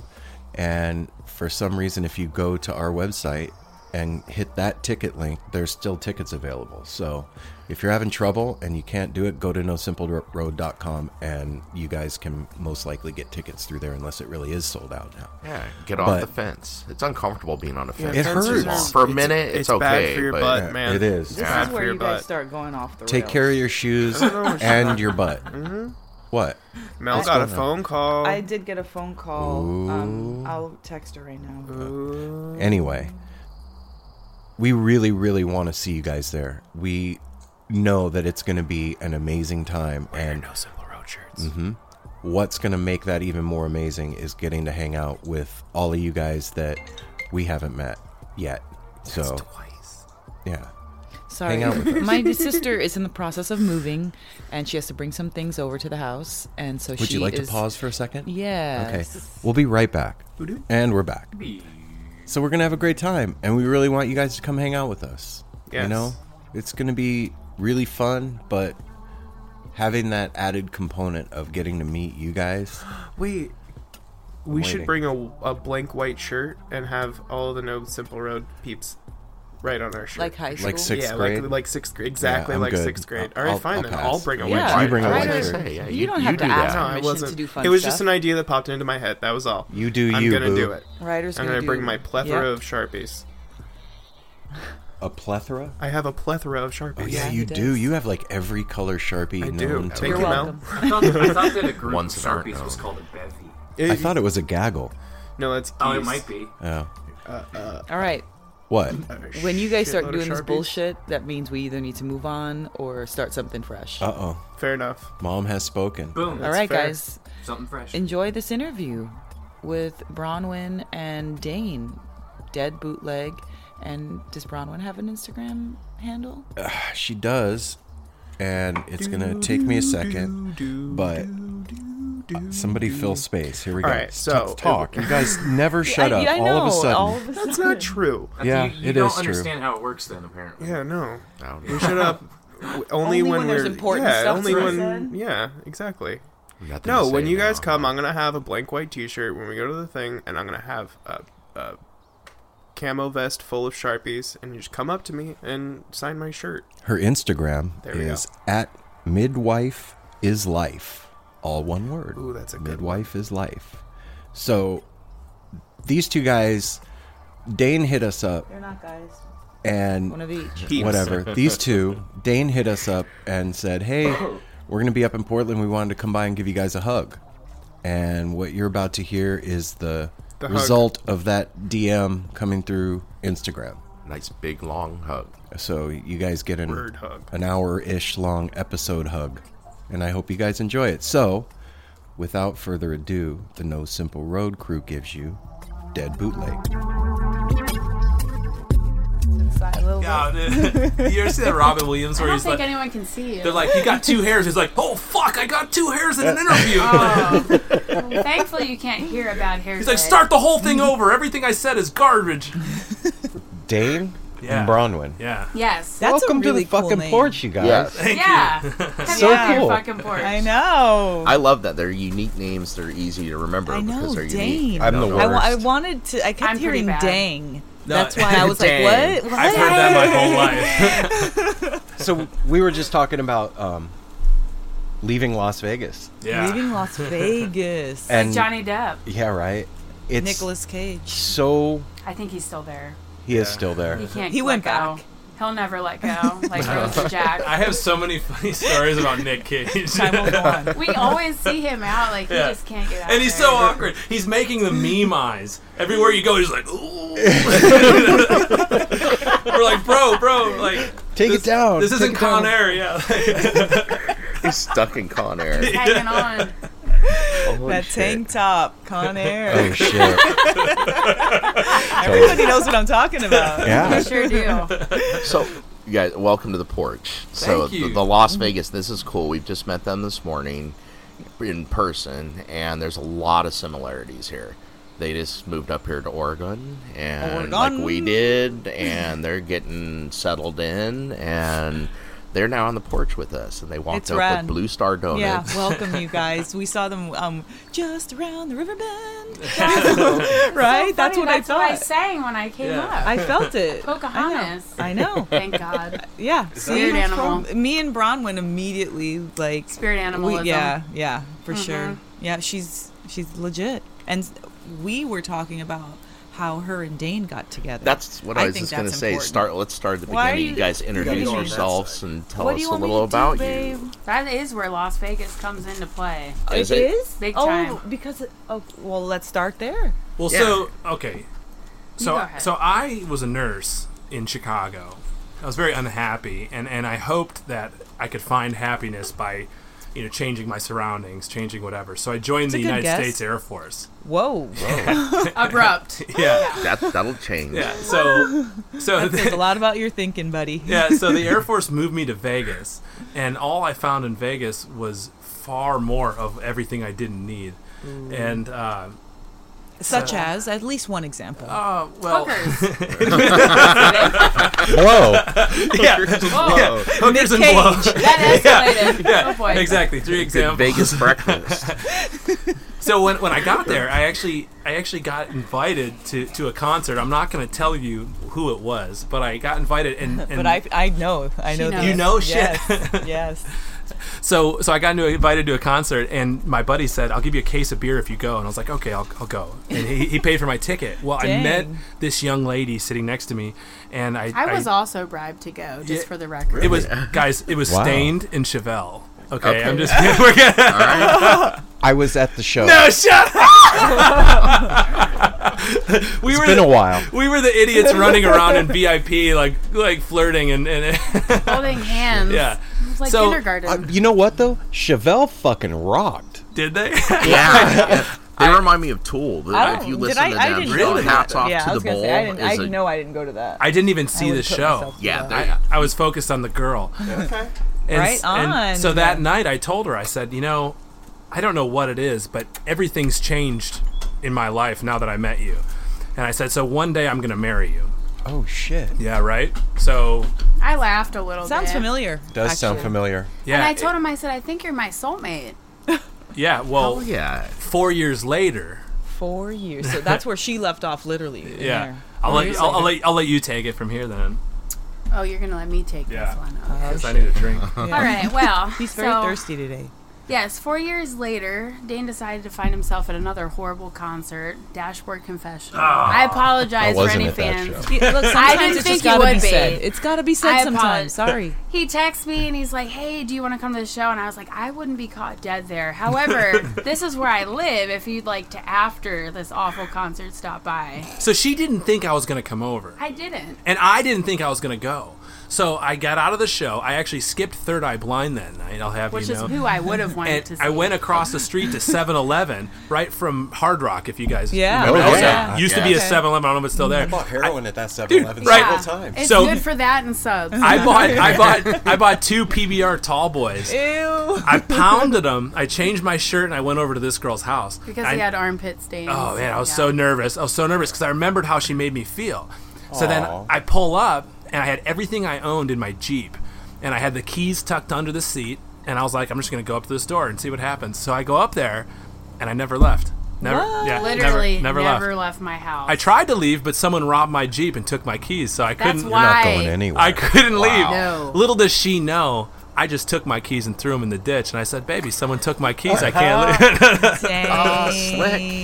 And for some reason, if you go to our website and hit that ticket link, there's still tickets available. So if you're having trouble and you can't do it, go to nosimpleroad.com and you guys can most likely get tickets through there unless it really is sold out now.
Yeah, get off
But-
the fence. It's uncomfortable being on a fence.
It
for
hurts.
too long. For a minute, it's, okay.
bad for your
but
butt, man.
It is.
This
Yeah.
is where
For your
you guys
butt.
start going off the
Take
rails.
care of your shoes and your butt.
Mm-hmm.
What?
Mel got a phone call.
I did get a phone call. Um, I'll text her right now.
Anyway, we really, really want to see you guys there. We know that it's going to be an amazing time. And
No simple road shirts.
what's going to make that even more amazing is getting to hang out with all of you guys that we haven't met yet. So twice. Yeah.
Sorry,
Hang out with us.
my sister is in the process of moving, and she has to bring some things over to the house, and so
Would
she
you like
is-
to pause for a second?
Yes.
Okay. We'll be right back.
Voodoo.
And we're back. So we're gonna have a great time, and we really want you guys to come hang out with us. You
Yes.
know, it's gonna be really fun, but having that added component of getting to meet you guys.
Wait,
I'm
we
waiting.
should bring a, a blank white shirt and have all the No Simple Road peeps right on our shirt.
Like high Like school?
sixth
yeah,
grade?
Like, like sixth grade.
Yeah,
Exactly,
I'm
like
good.
sixth grade.
I'll-
All right,
I'll-
fine
I'll
then.
pass.
I'll bring a
Yeah,
white
you
shirt.
bring a
I
white
don't-
shirt. Yeah,
you- don't you have to do ask that.
No, I
permission
wasn't.
to do fun
it was
stuff.
just an idea that popped into my head. That was all.
You do
I'm
you,
gonna
boo.
do it.
Ryder's
I'm
gonna
gonna, bring
do-
my plethora
yeah.
of sharpies.
A plethora.
I have a plethora of sharpies.
Oh, yeah, you do. You have like every color sharpie.
I
known
do.
to
Take
man.
them out.
I thought, I thought that a group
Ones
of
that aren't
sharpies was
known.
called a bevy.
I thought it was a gaggle.
No, that's.
Oh, it
geese.
might be.
Oh.
Uh, uh,
All right.
What?
When you guys
Shitload
start
of
doing this
Sharpies.
bullshit, that means we either need to move on or start something fresh.
Uh oh.
Fair enough.
Mom has spoken.
Boom.
All right, guys.
Something fresh.
Enjoy this interview with Bronwyn and Dane, Dead Bootleg. And does Bronwyn have an Instagram handle?
Ah, she does, and it's gonna take me a second, but uh, somebody fill space. Here we go.
All right, so-
Let's talk. You guys never shut
I-
up.
I
all of
know,
a sudden.
all of a
That's not true.
That's-
yeah,
you, you
it
don't
is true.
understand how it works then, apparently.
Yeah, no.
Oh,
We shut up. w- Only,
Only
when,
when
we're
there's important
yeah,
stuff
only
to be
when
said.
yeah, exactly.
Nothing to
no,
say
when you
now.
guys come, I'm gonna have a blank white T-shirt when we go to the thing, and I'm gonna have a, a camo vest full of sharpies, and you just come up to me and sign my shirt.
Her Instagram
There we
is at midwife is life. All one word.
Ooh, that's a good
midwife is life. So these two guys, Dane hit us up
They're not guys.
and
One of each.
Peeps.
whatever. These two, Dane hit us up and said, "Hey, we're going to be up in Portland. We wanted to come by and give you guys a hug." And what you're about to hear is the,
The hug.
result of that DM coming through Instagram.
Nice big long hug.
So you guys get an
Word hug.
an hour ish long episode hug, and I hope you guys enjoy it. So, without further ado, the No Simple Road crew gives you Dead Bootleg.
Yeah, dude. you ever see that Robin Williams where
I don't
he's
think
like,
anyone can see you.
they're like, you got two hairs. He's like, oh fuck, I got two hairs in an interview.
Thankfully, you can't hear a bad hair.
He's like, start the whole thing over. Everything I said is garbage.
Dane
Yeah.
and Bronwyn.
Yeah.
Yes.
That's
Welcome
a really
to the
cool
fucking
name.
porch, you guys.
yeah. Come
So
out on
cool.
your fucking porch.
I know.
I love that. They're unique names. They're easy to remember
I know,
because they're
Dane.
unique.
I'm
No,
I
no.
wa- I wanted to. I kept
I'm pretty
hearing
bad.
"dang."
No,
That's why I was like,
dang.
"What?
I've
What?"
heard that my whole life.
so we were just talking about um, leaving Las Vegas,
Yeah.
Leaving Las Vegas.
Like
and
Johnny Depp.
yeah, right. It's
Nicholas Cage.
so
I think he's still there.
he is still
He
there.
can't.
He
let
went
go.
back.
He'll never let go. Like Rose and Jack.
I have so many funny stories about Nick Cage.
Time will go on.
We always see him out. Like he
Yeah.
just can't get out.
And he's
there.
so awkward. He's making the meme eyes. Everywhere you go, he's like, ooh. We're like, bro, bro, like,
Take it down.
this
Take
isn't
Oh, it down.
Con Air, yeah.
He's stuck in Con Air.
Hanging on.
Holy
That
shit.
tank top, Con Air.
Oh shit!
Everybody knows what I'm talking about.
Yeah.
Sure do.
So, you guys, welcome to the porch. so,
Thank you.
The, the Las Vegas, this is cool. We've just met them this morning in person, and there's a lot of similarities here. They just moved up here to Oregon, and like we
Oregon.
did, and they're getting settled in, and they're now on the porch with us, and they walked
It's
up
rad.
with Blue Star Donuts.
Yeah, welcome you guys. We saw them um, just around the river bend, right? that's what I
So funny, that's What I
thought.
sang when I came
Yeah.
up.
I felt it.
Pocahontas.
I know. I know.
Thank God.
Yeah. See,
Spirit
that's
animal.
from- me and Bronwyn immediately like
Spirit animalism. Mm-hmm.
We, yeah, yeah, for sure. Yeah, she's she's legit. And we were talking about how her and Dane got together.
That's what I, was
think
just going to
that's
say.
important.
Start. Let's start at the
Why are
beginning. You,
you-
guys introduce
go on that
yourselves and tell
What do
us
you
a
want me
little
to do,
about
babe?
you.
That is where Las Vegas comes into play.
Is it?
Big
oh,
time.
because oh, well, let's start there.
Well, so okay,
go
so
ahead.
so I was a nurse in Chicago. I was very unhappy, and and I hoped that I could find happiness by you know, changing my surroundings, changing whatever. So I joined
It's a
the
good
United
guess.
States Air Force.
Whoa.
Abrupt.
Yeah.
That that'll change.
Yeah. So so
that says a lot about your thinking, buddy.
yeah, so the Air Force moved me to Vegas, and all I found in Vegas was far more of everything I didn't need,
Ooh.
and um
Such
so-
as at least one example.
Uh, well, yeah,
Hookers.
Oh.
yeah,
Whoa.
hookers
Nick
and blow.
Cage. That escalated.
Yeah, yeah,
Oh, boy.
exactly. Three
It's a
examples.
Vegas breakfast.
so when, when I got there, I actually I actually got invited to, to a concert. I'm not going to tell you who it was, but I got invited and, and
but I, I know, I
She
know.
knows.
this.
You know shit.
Yes. yes.
so so I got into, invited to a concert, and my buddy said, "I'll give you a case of beer if you go." And I was like, "Okay, I'll, I'll go." And he, he paid for my ticket. Well, I
Dang.
met this young lady sitting next to me, and I
I was also bribed to go, just
Yeah,
for the record.
It was guys. It was
Wow.
stained in Chevelle. Okay,
Okay.
I'm just. we're gonna,
I was at the show.
No, shut up. we
It's been
the-
a while.
We were the idiots running around in VIP, like like flirting and, and
holding hands.
Yeah.
It was like
So,
kindergarten.
Uh, you know what though? Chevelle fucking rocked.
Did they?
Yeah. They remind me of Tool. But
I
if you
don't-
listen
did I,
to
I
them,
didn't
so
go to that.
hats off
yeah,
to
I
the
was gonna
bowl.
say, I, didn't,
is
I
a-
know I didn't go to that.
I didn't even see the
wouldn't put
show.
myself through
Yeah,
I,
that.
I was focused on the girl.
Okay.
And,
Right
s- and
on.
so that night, I told her, I said, you know, I don't know what it is, but everything's changed in my life now that I met you. And I said, so one day I'm gonna marry you.
Oh shit.
Yeah, right. So
I laughed a little
Sounds
bit.
familiar.
Does sound
actually.
familiar.
yeah,
and I told him, I said, I think you're my soulmate.
yeah. Well,
Oh, yeah.
Four years later.
Four years. So that's where she left off, literally. in
Yeah.
there.
I'll
Four
let,
years
I'll, I'll
later.
let I'll let you take it from here then.
Oh, you're going to let me take this one. Okay.
Because I need a drink.
All right, well.
Oh, He's very
so-
thirsty today.
Yes, four years later, Dane decided to find himself at another horrible concert, Dashboard Confessional. I apologize
I
for
wasn't
any
at that
fans.
show.
He- look, sometimes
I didn't
it's
think
just
you
gotta
would
be
be.
said. It's gotta be said
I apologize.
sometimes. Sorry.
He texts me and he's like, "Hey, do you want to come to the show?" And I was like, "I wouldn't be caught dead there. However, this is where I live. If you'd like to, after this awful concert, stop by."
So she didn't think I was gonna come over,
I didn't.
and I didn't think I was gonna go. So I got out of the show. I actually skipped Third Eye Blind that night. I'll have
Which
you
is
know.
who I would have wanted
and
to see.
I went across the street to 7-Eleven, right from Hard Rock. If you guys,
Yeah.
remember
Oh,
that.
yeah.
used to be a
Okay.
7-Eleven. I don't know if it's still there.
I bought heroin at that 7-Eleven
Dude, right.
several times.
It's
So-
good for that and subs.
I bought, I bought, I bought two PBR tall boys.
Ew.
I pounded them. I changed my shirt and I went over to this girl's house
because
I-
he had armpit stains.
Oh man, I was
Yeah.
so nervous. I was so nervous because I remembered how she made me feel. So
Aw.
then I pull up and I had everything I owned in my Jeep, and I had the keys tucked under the seat, and I was like, I'm just gonna go up to this door and see what happens. So I go up there, and I never left. Never, yeah, never-
literally
never,
never,
left.
left. my house.
I tried to leave, but someone robbed my Jeep and took my keys, so I
That's
couldn't.
why- You're not going anywhere.
I couldn't leave.
No.
Little does she know. I just took my keys and threw them in the ditch, and I said, "Baby, someone took my keys. I can't leave."
Dang.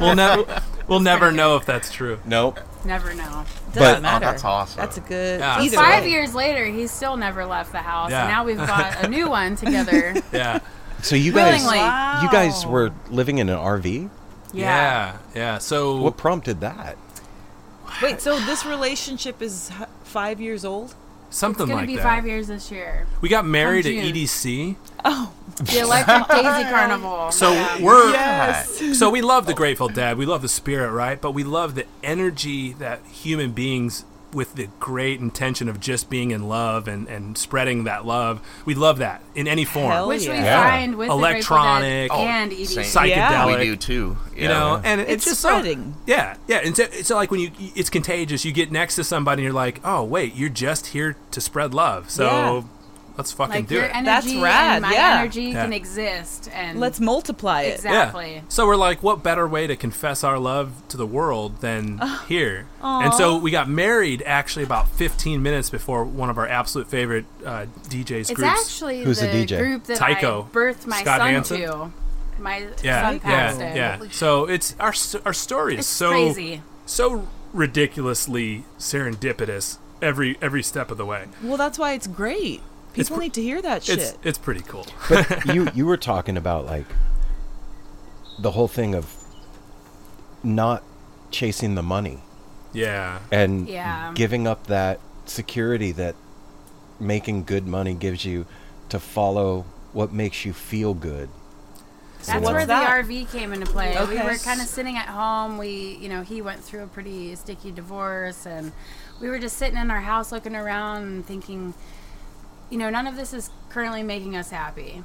we'll never we'll never know if that's true.
Nope.
Never know.
Doesn't
But-
matter.
Oh, that's awesome.
That's a good.
Yeah.
Either
Five
way.
years later, he still never left the house.
Yeah.
And now we've got a new one together.
Yeah.
So you guys,
Willingly.
you guys were living in an RV.
Yeah. Yeah. So
what prompted that?
Wait, so this relationship is h- five years old?
Something
It's gonna
like
be
that.
five years this year.
We got married at E
Come June. Oh,
EDC.
The Electric Daisy Carnival.
So
Yeah.
we're so we love the Grateful Dead. We love the spirit, right? But we love the energy that human beings with the great intention of just being in love and, and spreading that love. We love that in any form.
Hell Which we yeah. find
Oh,
with the Grateful Dead
electronic
and E EDC.
psychedelic.
Yeah.
We do too.
You know,
Yeah.
and it-
It's
it's just
spreading.
So, Oh, yeah, yeah. And so, so like when you, it's contagious. You get next to somebody, and you're like, oh wait, you're just here to spread love. So
Yeah.
let's fucking
like
do
your
it.
energy
That's rad,
and my
yeah.
energy
Yeah.
can exist and
Let's multiply it.
Exactly.
Yeah. So we're like, what better way to confess our love to the world than here?
Aw.
And so we got married actually about 15 minutes before one of our absolute favorite uh, DJs
It's
groups.
actually the group that
Tycho.
I birthed my
Scott
son
Hansen.
to. My
Yeah,
son passed
yeah,
him.
yeah. So it's our s- our story is
It's
so
crazy.
so ridiculously serendipitous every every step of the way.
Well, that's why it's great. People need to hear that shit.
It's it's pretty cool.
But you you were talking about like the whole thing of not chasing the money
Yeah.
and
Yeah.
giving up that security that making good money gives you to follow
what makes you feel good.
That's where the RV came into play. We
Okay.
were kind of sitting at home. We, you know, he went through a pretty sticky divorce, and we were just sitting in our house looking around and thinking, you know, none of this is currently making us happy.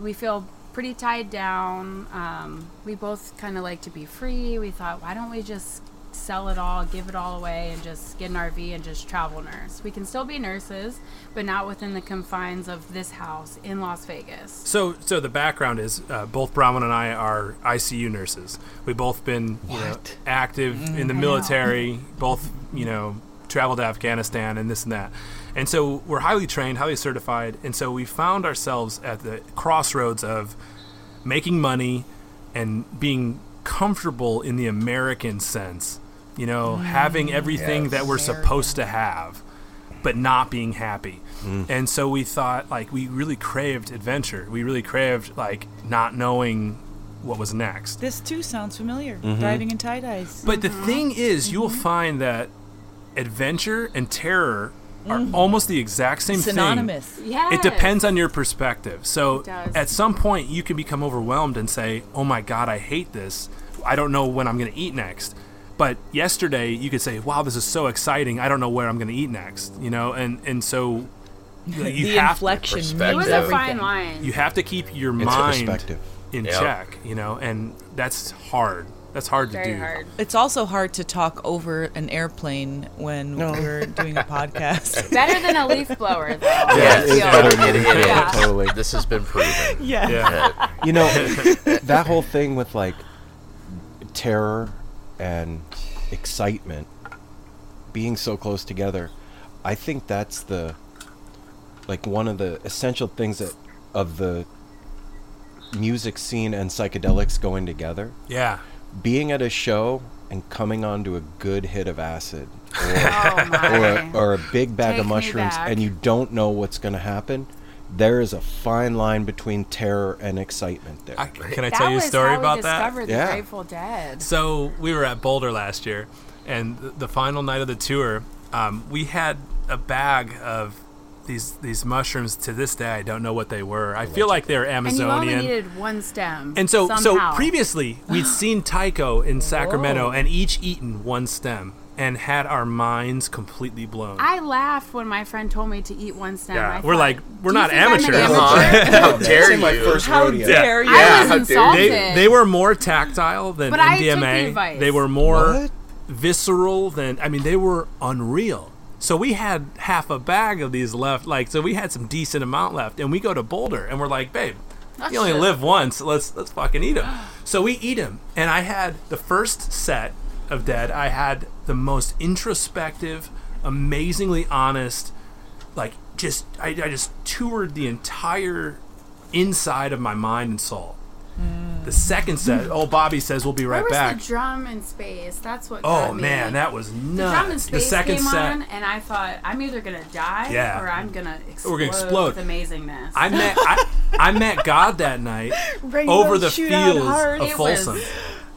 We feel pretty tied down. Um, we both kind of like to be free. We thought, why don't we just sell it all, give it all away, and just get an RV and just travel nurse? We can still be nurses, but not within the confines of this house in Las Vegas.
So, so the background is uh, both Brahman and I are ICU nurses. We've both been you know, active in
I know.
the military, both you know traveled to Afghanistan and this and that, and so we're highly trained, highly certified, and so we found ourselves at the crossroads of making money and being comfortable in the American sense. You know, having everything that we're supposed to have, but not being happy. And so we thought, like, we really craved adventure. We really craved, like, not knowing what was next.
This too sounds familiar.
Mhm.
Driving in tie dyes.
But
Mm-hmm.
the thing is, you will find that adventure and terror are
Mhm.
almost the exact same
Synonymous.
thing.
Yes.
It depends on your perspective. So
It does.
at some point, you can become overwhelmed and say, oh my God, I hate this. I don't know when I'm going to eat next. But yesterday, you could say, wow, this is so exciting. I don't know where I'm going to eat next. You know, and, and so. You
The
have
inflection means
to,
It was a fine everything.
line.
You have to keep your
It's
mind
perspective.
in
Yep.
check, you know, and that's hard. That's hard to do.
It's also hard to talk over an airplane when we're doing a podcast.
Better than a leaf blower, though.
Yeah,
I feel. Yeah.
This has been proven.
Yeah.
Yeah.
You know, that whole thing with like terror and excitement being so close together, I think that's the like one of the essential things that of the music scene and psychedelics going together.
Yeah.
Being at a show and coming onto a good hit of acid or,
Oh my.
or, or a big bag
Take
of
me
mushrooms
back.
and you don't know what's going to happen. There is a fine line between terror and excitement there.
can I
That
tell you a
was
story
how we
about that?
discovered the Grateful Dead.
So we were at Boulder last year, and th- the final night of the tour, um, we had a bag of these these mushrooms. To this day, I don't know what they were. I feel like they're
And you
Amazonian.
only needed one stem.
And so,
somehow.
so previously we'd seen Tycho in Sacramento, and each eaten one stem, and had our minds completely blown.
I laughed when my friend told me to eat one stem. I
yeah, we're
thought,
like we're
"Do you
not
think I'm an
amateurs.
amateur?" How dare you? I was insulted.
They, they were more tactile than
But I took the
MDMA.
advice.
they were more
What?
visceral than I mean, they were unreal. So we had half a bag of these left, like so we had some decent amount left, and we go to Boulder and we're like, babe,
That's
you only
it.
live once. Let's let's fucking eat them. So we eat them, and I had the first set of Dead. I had the most introspective, amazingly honest, like just I, I just toured the entire inside of my mind and soul. The second set, oh Bobby says we'll be
Where
right
was
back.
the drum in space? That's what.
Oh
got me.
man, that was nuts.
The drum in
The
space
second
came
set.
on, and I thought I'm either gonna die
Yeah.
or I'm gonna explode,
We're gonna explode.
with amazingness.
I met I, I met God that night over the fields of
It
Folsom.
was,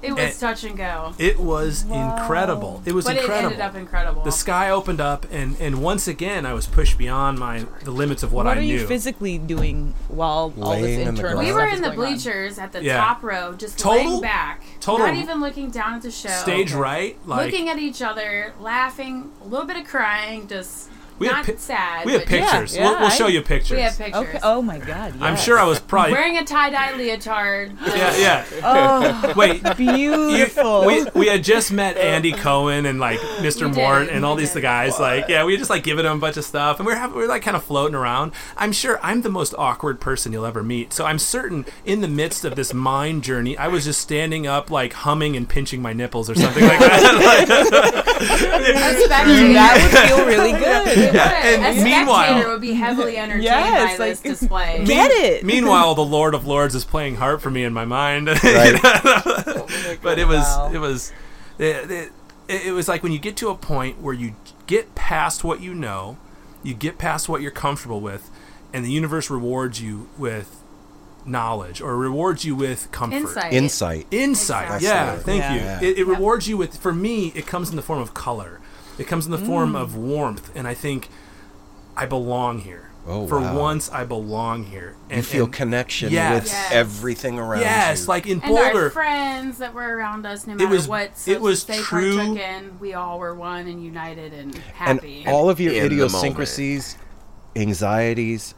it was
And
touch and go.
it was incredible. It was
but
incredible.
It ended up incredible.
The sky opened up, and, and once again, I was pushed beyond my the limits of what,
what
I
are
knew.
you physically doing while all this
Laying in the
internal
ground.
we
stuff
were
is
in the
going on?
bleachers at the
Yeah.
top row, just
Total-
laying back,
total
not even looking down at the show.
Stage right, like
looking at each other, laughing, a little bit of crying, just
We had
not
pi-
sad.
we had
but-
pictures. We'll- we'll show you pictures.
We have pictures.
Okay. Oh my god.
I'm sure I was probably
wearing a tie dye leotard.
yeah yeah.
Oh,
Wait,
beautiful.
we, we had just met Andy Cohen and like Mr. Mort and all these the guys. Like, yeah, we just like giving him a bunch of stuff, and we we're having, we we're like kind of floating around. I'm sure I'm the most awkward person you'll ever meet, so I'm certain in the midst of this mind journey, I was just standing up like humming and pinching my nipples or something like that.
Spectator.
That would feel really good.
Yeah, and
a
meanwhile-
spectator would be heavily entertained
Yes,
by this display.
Get it.
Meanwhile, the Lord of Lords is playing harp for me in my mind. You know? but it was it was it, it, it was like when you get to a point where you get past what you know, you get past what you're comfortable with, and the universe rewards you with knowledge or rewards you with comfort
Insight. Insight.
insight
That's the
yeah
word.
thank
Yeah.
you
Yeah.
It, it rewards you with for me it comes in the form of color it comes in the form
Mm.
of warmth and i think i belong here
Oh,
For
wow.
once, I belong here.
You feel connection with Yes. everything around
Yes,
you.
like in
and our
Boulder,
friends that were around us, no
It
matter
was-
what
it
substance
was
they
true-
partook in, we all were one and united and happy.
And all of your
In the moment.
idiosyncrasies, anxieties,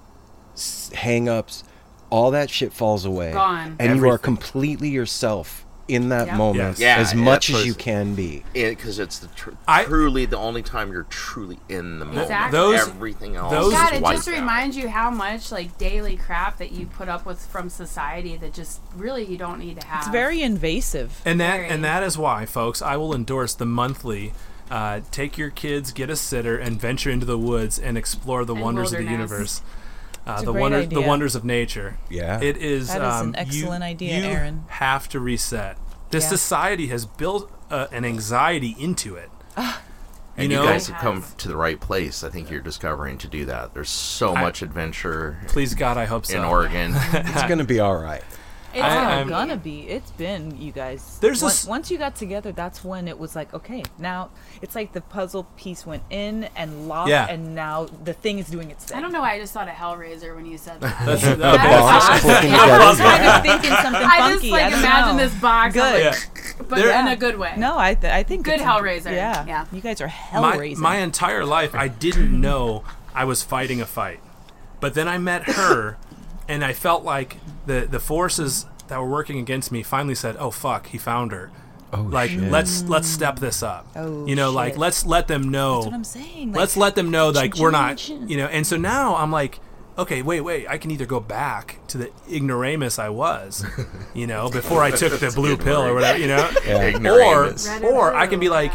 s- hang-ups, all that shit falls away.
Gone.
And you are
Everything.
completely yourself in that
Yeah. Yes.
moment
Yeah,
as
yeah,
much as
pers-
you can be.
because it's the tr- truly the only time you're truly in the moment.
Exactly.
Everything else. is
God, it
wiped
just
out.
reminds you how much like daily crap that you put up with from society that just really you don't need to have.
It's very invasive.
and that and that is why, folks, I will endorse the monthly. Uh, take your kids, get a sitter, and venture into the woods and explore the
And
wonders of the
wilderness.
universe. Uh,
It's a
the
great
wonders, the
idea.
wonders of nature.
Yeah.
it is.
That is an
um, you-
excellent idea,
you
Aaron.
Have to reset. This
Yeah.
society has built uh, an anxiety into it.
And
you
you,
know?
guys have come to the right place. I think you're discovering to do that. There's so
I-
much adventure.
Please God, I hope so.
In Oregon,
It's gonna
be all right.
It's
I-
not
I'm-
Oh, gonna be. It's been you guys.
Um, There's
once,
this-
once you got together, that's when it was like okay. Now it's like the puzzle piece went in and locked,
Yeah.
and now the thing is doing its thing.
I don't know why I just thought of Hellraiser when you said that.
That's-
I
that-
was
box
just-
clicking
I was
together.
kind of
thinking something
I just
funky,
like
I don't
imagine
know.
this box, I'm
Good.
like, but
Yeah.
in a good way.
No, I th- I think
good
it's-
Hellraiser.
Yeah,
yeah.
You guys are
my,
Hellraiser.
my entire life i didn't know i was fighting a fight but then i met her and i felt like the, the forces that were working against me finally said oh fuck he found her
Oh,
like
shit.
let's let's step this up
Oh,
you know like
shit.
let's let them know
That's what I'm saying, like,
let's let them know like we're not
chin-chin.
you know and so now i'm like okay wait wait i can either go back to the ignoramus i was you know before i took the
That's a
blue
good
pill or
word.
whatever you know
Yeah.
or
Ignoramus. Red
or i can be like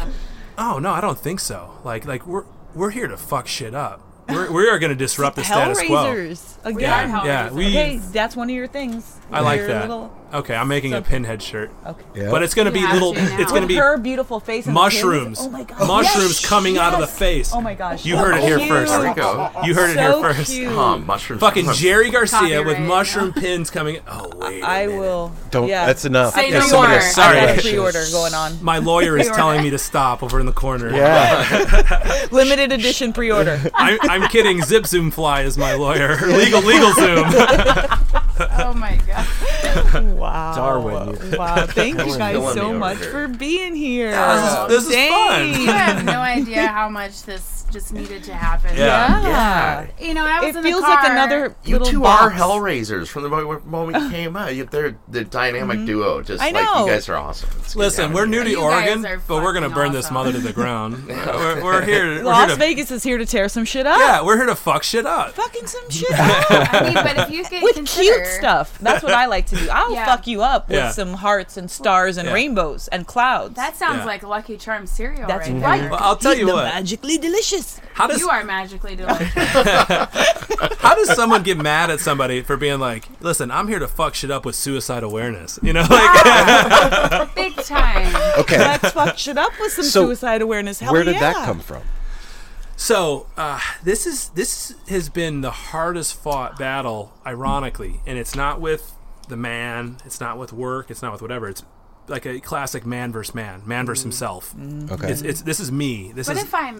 oh no i don't think so like like we're we're here to fuck shit up we're, we are going to disrupt the status quo
Hellraisers
We
again.
are Yeah, Hellraisers. we-
okay, that's one of your things.
i like
Your
that
little-
okay i'm making a
something.
pinhead shirt
okay
Yeah.
but it's going to
You
be
have
little
to now.
it's going to
With
be
her beautiful face and the pins.
mushrooms
Oh my god.
mushrooms
Yes,
coming out of the
yes.
face
Oh my gosh.
you heard it here
Cute.
first
There we go.
you heard
So
it here first
cute.
Huh, mushrooms.
Mm. fucking jerry garcia with
Copyright.
mushroom pins coming oh wait
I will.
Don't-
Yeah.
that's enough. Say
I
no
got
more.
pre-order.
Sorry.
I got a pre-order going on.
My lawyer is
Pre-order.
telling me to stop over in the corner.
Limited edition pre-order.
I'm, I'm kidding. Zip Zoom Fly is my lawyer. Legal, legal Zoom.
Oh my god.
wow.
Darwin.
Wow. Thank you
Darwin's
guys
killing me
so
over
much
here.
for being here.
Yeah, this is- this is
Dang.
fun.
You have no idea how much this just needed to happen.
Yeah. Yeah.
You know, I was
It
in
feels
the
like
car.
another-
You
Little
two
box.
are Hellraisers from the mo- moment you came out. You, they're the dynamic duo. Just
I
like
know.
you guys are awesome. It's good
Mm-hmm. Listen,
having
we're
you
new
guys.
to Oregon, but we're gonna burn this mother to the ground. we're, we're here. We're
Las
here to,
Vegas is here to tear some shit up.
yeah, we're here to fuck shit up.
Fucking some shit up.
I mean, but if you could
with
consider-
cute stuff. That's what I like to do. I'll
Yeah.
fuck you up with
Yeah.
some hearts and stars and
Yeah.
rainbows and clouds.
That sounds
Yeah.
like Lucky Charm cereal
That's
right
right.
there.
Well, I'll tell you
the
what.
Magically delicious.
How does
you are magically delicious.
how does someone get mad at somebody for being like, listen, I'm here to fuck shit up with suicide awareness? You know, like
Big time.
Okay.
Let's fuck shit up with some
So,
suicide awareness. Hell
Where did
yeah.
that come from?
So uh, this is this has been the hardest fought battle, ironically, and it's not with the man, it's not with work, it's not with whatever. It's like a classic man versus man, man versus himself.
Okay.
It's, it's this is me. This
What
is
if I'm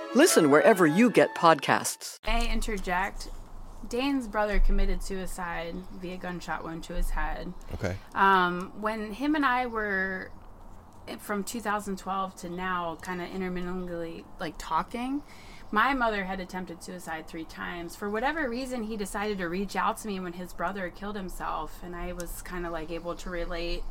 Listen wherever you get podcasts.
may interject, Dane's brother committed suicide via gunshot wound to his head.
Okay.
Um, when him and I were eh, from 2012 to now, kind of intermittently like talking, my mother had attempted suicide three times. For whatever reason, he decided to reach out to me when his brother killed himself, and I was kind of like able to relate.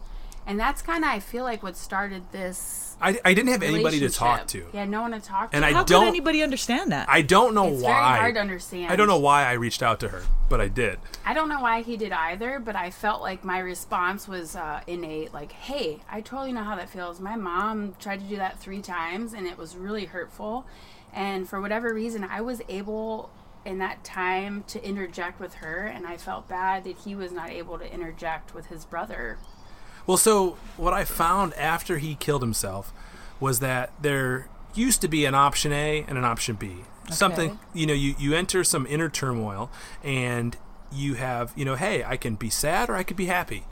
And that's kind of I feel like what started this.
I, I didn't have anybody to talk to,
Yeah, no one to talk to.
and I
How
don't
could anybody understand that?
I don't know
It's very
why.
hard to understand.
I don't know why I reached out to her, but I did.
I don't know why he did either, but I felt like my response was uh, innate. Like, hey, I totally know how that feels. My mom tried to do that three times, and it was really hurtful. And for whatever reason, I was able in that time to interject with her, and I felt bad that he was not able to interject with his brother.
Well, so what I found after he killed himself was that there used to be an option A and an option B. Something,
Okay.
you know, you, you enter some inner turmoil and you have, you know, hey, I can be sad or I could be happy.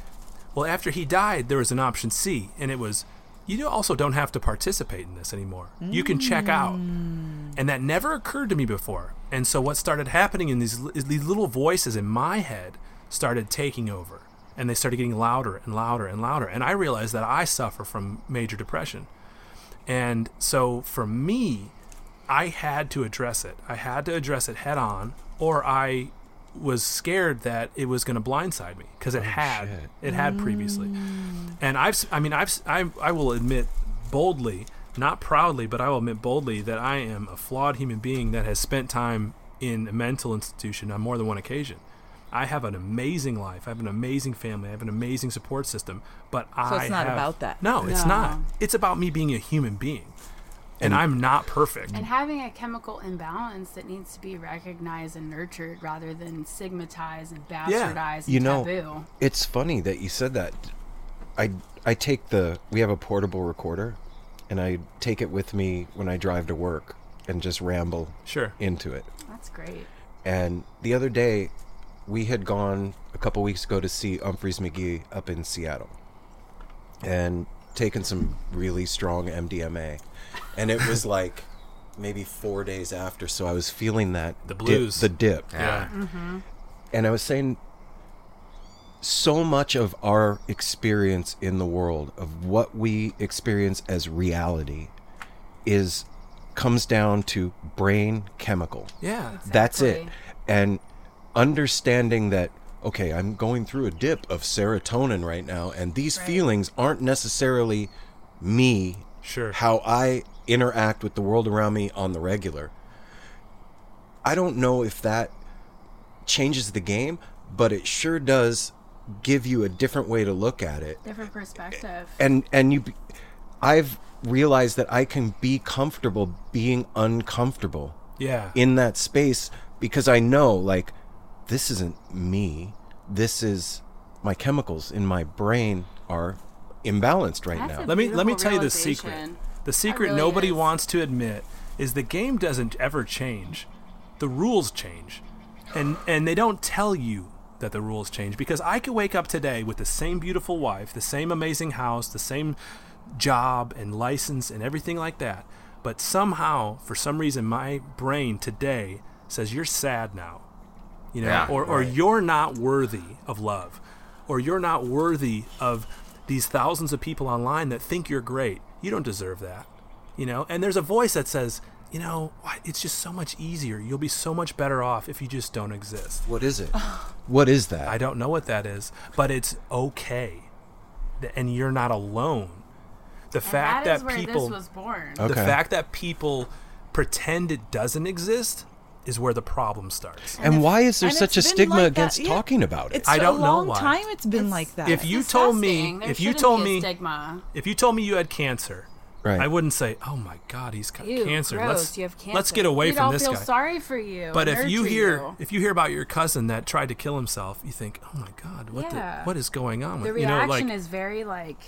Well, after he died, there was an option C, and it was you also don't have to participate in this anymore. You can check out. And that never occurred to me before. And so what started happening in these, is these little voices in my head started taking over. And they started getting louder and louder and louder. And I realized that I suffer from major depression. And so for me, I had to address it. I had to address it head on, or I was scared that it was going to blindside me because it had it had previously. And I've s- I mean I've s- I, I will admit boldly, not proudly, but I will admit boldly that I am a flawed human being that has spent time in a mental institution on more than one occasion. I have an amazing life. I have an amazing family. I have an amazing support system. But I
So it's not
have-
about that.
No, it's
No.
not. It's about me being a human being. And,
And-
I'm not perfect.
And having a chemical imbalance that needs to be recognized and nurtured rather than stigmatized and bastardized and
you know,
taboo.
it's funny that you said that. I I take the we have a portable recorder, and I take it with me when I drive to work and just ramble
Sure.
into it.
That's great.
And the other day, we had gone a couple weeks ago to see Humphreys McGee up in Seattle, and taken some really strong MDMA, and it was like maybe four days after, so I was feeling that
the
blues.
the dip.
Yeah.
Mm-hmm.
And I was saying so much of our experience in the world of what we experience as reality is comes down to brain chemical.
Yeah.
That's it.
Exactly.
And understanding that okay, I'm going through a dip of serotonin right now and these feelings aren't necessarily me
sure
how I interact with the world around me on the regular. I don't know if that changes the game, but it sure does give you a different way to look at it.
Different perspective.
And and you be- I've realized that I can be comfortable being uncomfortable.
Yeah.
In that space because I know like this isn't me. This is my chemicals in my brain are imbalanced right now.
Let me let me tell you the secret. The secret
really
nobody wants to admit is the game doesn't ever change. The rules change. And and they don't tell you that the rules change because I could wake up today with the same beautiful wife, the same amazing house, the same job and license and everything like that. But somehow, for some reason, my brain today says you're sad now. You know,
Yeah,
or, or
right.
you're not worthy of love, or you're not worthy of these thousands of people online that think you're great. You don't deserve that, you know. And there's a voice that says, you know, why- it's just so much easier. You'll be so much better off if you just don't exist.
What is it?
Oh.
What is that?
I don't know what that is, but it's okay, Th- and you're not alone. The
that
fact that,
is where this
people,
was born.
the
Okay.
fact that people pretend it doesn't exist, is where the problem starts.
And, why is there
and
such a
it's been
stigma
like that,
against
yeah.
talking about it?
I
a
don't know
long
why.
time it's been like that.
if you told me,
Dang, there
if you
shouldn't be
told
a
me,
stigma.
if you told me you had cancer,
right.
I wouldn't say, "Oh my God, he's got
Ew,
cancer."
gross,
Let's
you have cancer.
let's get away
We'd
from
all
this
feel
guy.
sorry for you,
But if you
nurture
hear
you.
if you hear about your cousin that tried to kill himself, you think, "Oh my God, what
Yeah.
the, what is going on?"
The
with you know,
reaction
like
is very like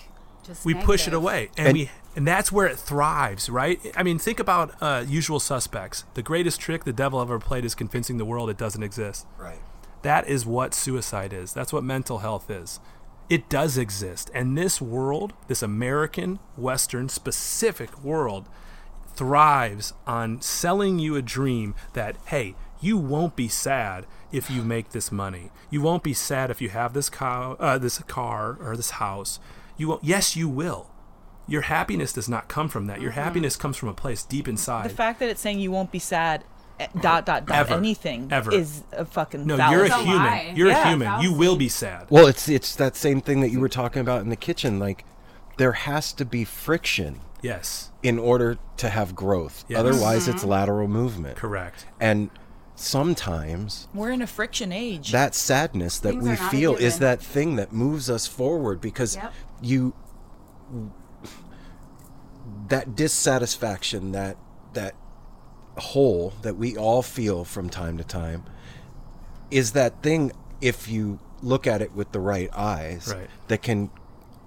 just.
we push it
negative.
away, and,
And-
we and that's where it thrives, right? I mean, think about uh, Usual Suspects. The greatest trick the devil ever played is convincing the world it doesn't exist.
Right.
That is what suicide is. That's what mental health is. It does exist. And this world, this American, Western specific world, thrives on selling you a dream that, hey, you won't be sad if you make this money. You won't be sad if you have this car, uh, this car or this house. You won't, yes, you will. Your happiness does not come from that. Your
Mhm.
happiness comes from a place deep inside.
The fact that it's saying you won't be sad, eh, dot dot dot,
Ever.
anything
Ever.
is a fucking.
no,
thousand.
you're a human. You're a human. You will be sad.
Well, it's it's that same thing that you were talking about in the kitchen. Like, there has to be friction.
Yes.
In order to have growth,
Yes.
otherwise it's
Mhm.
Mm-hmm.
lateral movement.
Correct.
And sometimes
We're in a friction age.
that sadness that
Things
we
are not
feel is
given.
that thing that moves us forward because
Yep.
you that dissatisfaction that that hole that we all feel from time to time is that thing if you look at it with the right eyes
Right.
that can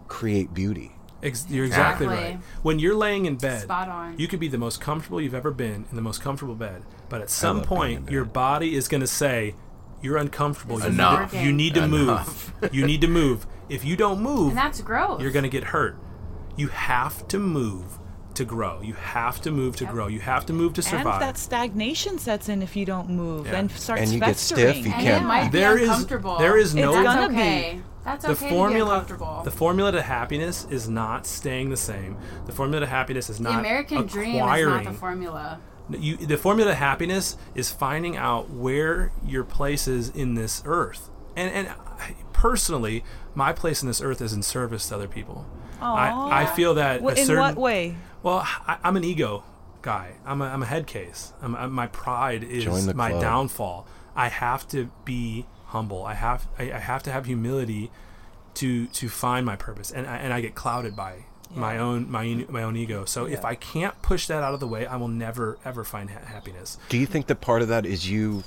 create beauty.
Ex- you're exactly
Exactly.
right. When you're laying in bed,
Spot on.
you could be the most comfortable you've ever been in the most comfortable bed, but at some
love being
point your body is going to say you're uncomfortable. You need to-
Enough.
You need to
Enough.
move. you need to move. If you don't move,
And that's growth.
You're going to get hurt. You have to move to grow. You have to move to grow. You have to move to
And
survive.
that stagnation sets in if you don't move
Yeah.
and starts
And you get stiff,
festering.
you And it can't- might be There is- uncomfortable. there is no-
It's
That's
gonna
okay.
be.
That's
the
okay to get
formula
comfortable.
the formula to happiness is not staying the same the formula to happiness is
The
not
American dream is
acquiring
not the formula.
you, the formula to happiness is finding out where your place is in this earth. And and I, personally, my place in this earth is in service to other people.
Aw.
I, I feel that
Wh-
a
in
certain-
what way?
Well, I, I'm an ego guy. I'm a, I'm a head case. I'm, I'm, my pride
Join
is
the
my
club.
downfall. I have to be humble. I have I, I have to have humility to to find my purpose. And I, and I get clouded by my own my own- my own ego. So if
Yeah.
I can't push that out of the way, I will never ever find ha- happiness.
Do you think that part of that is you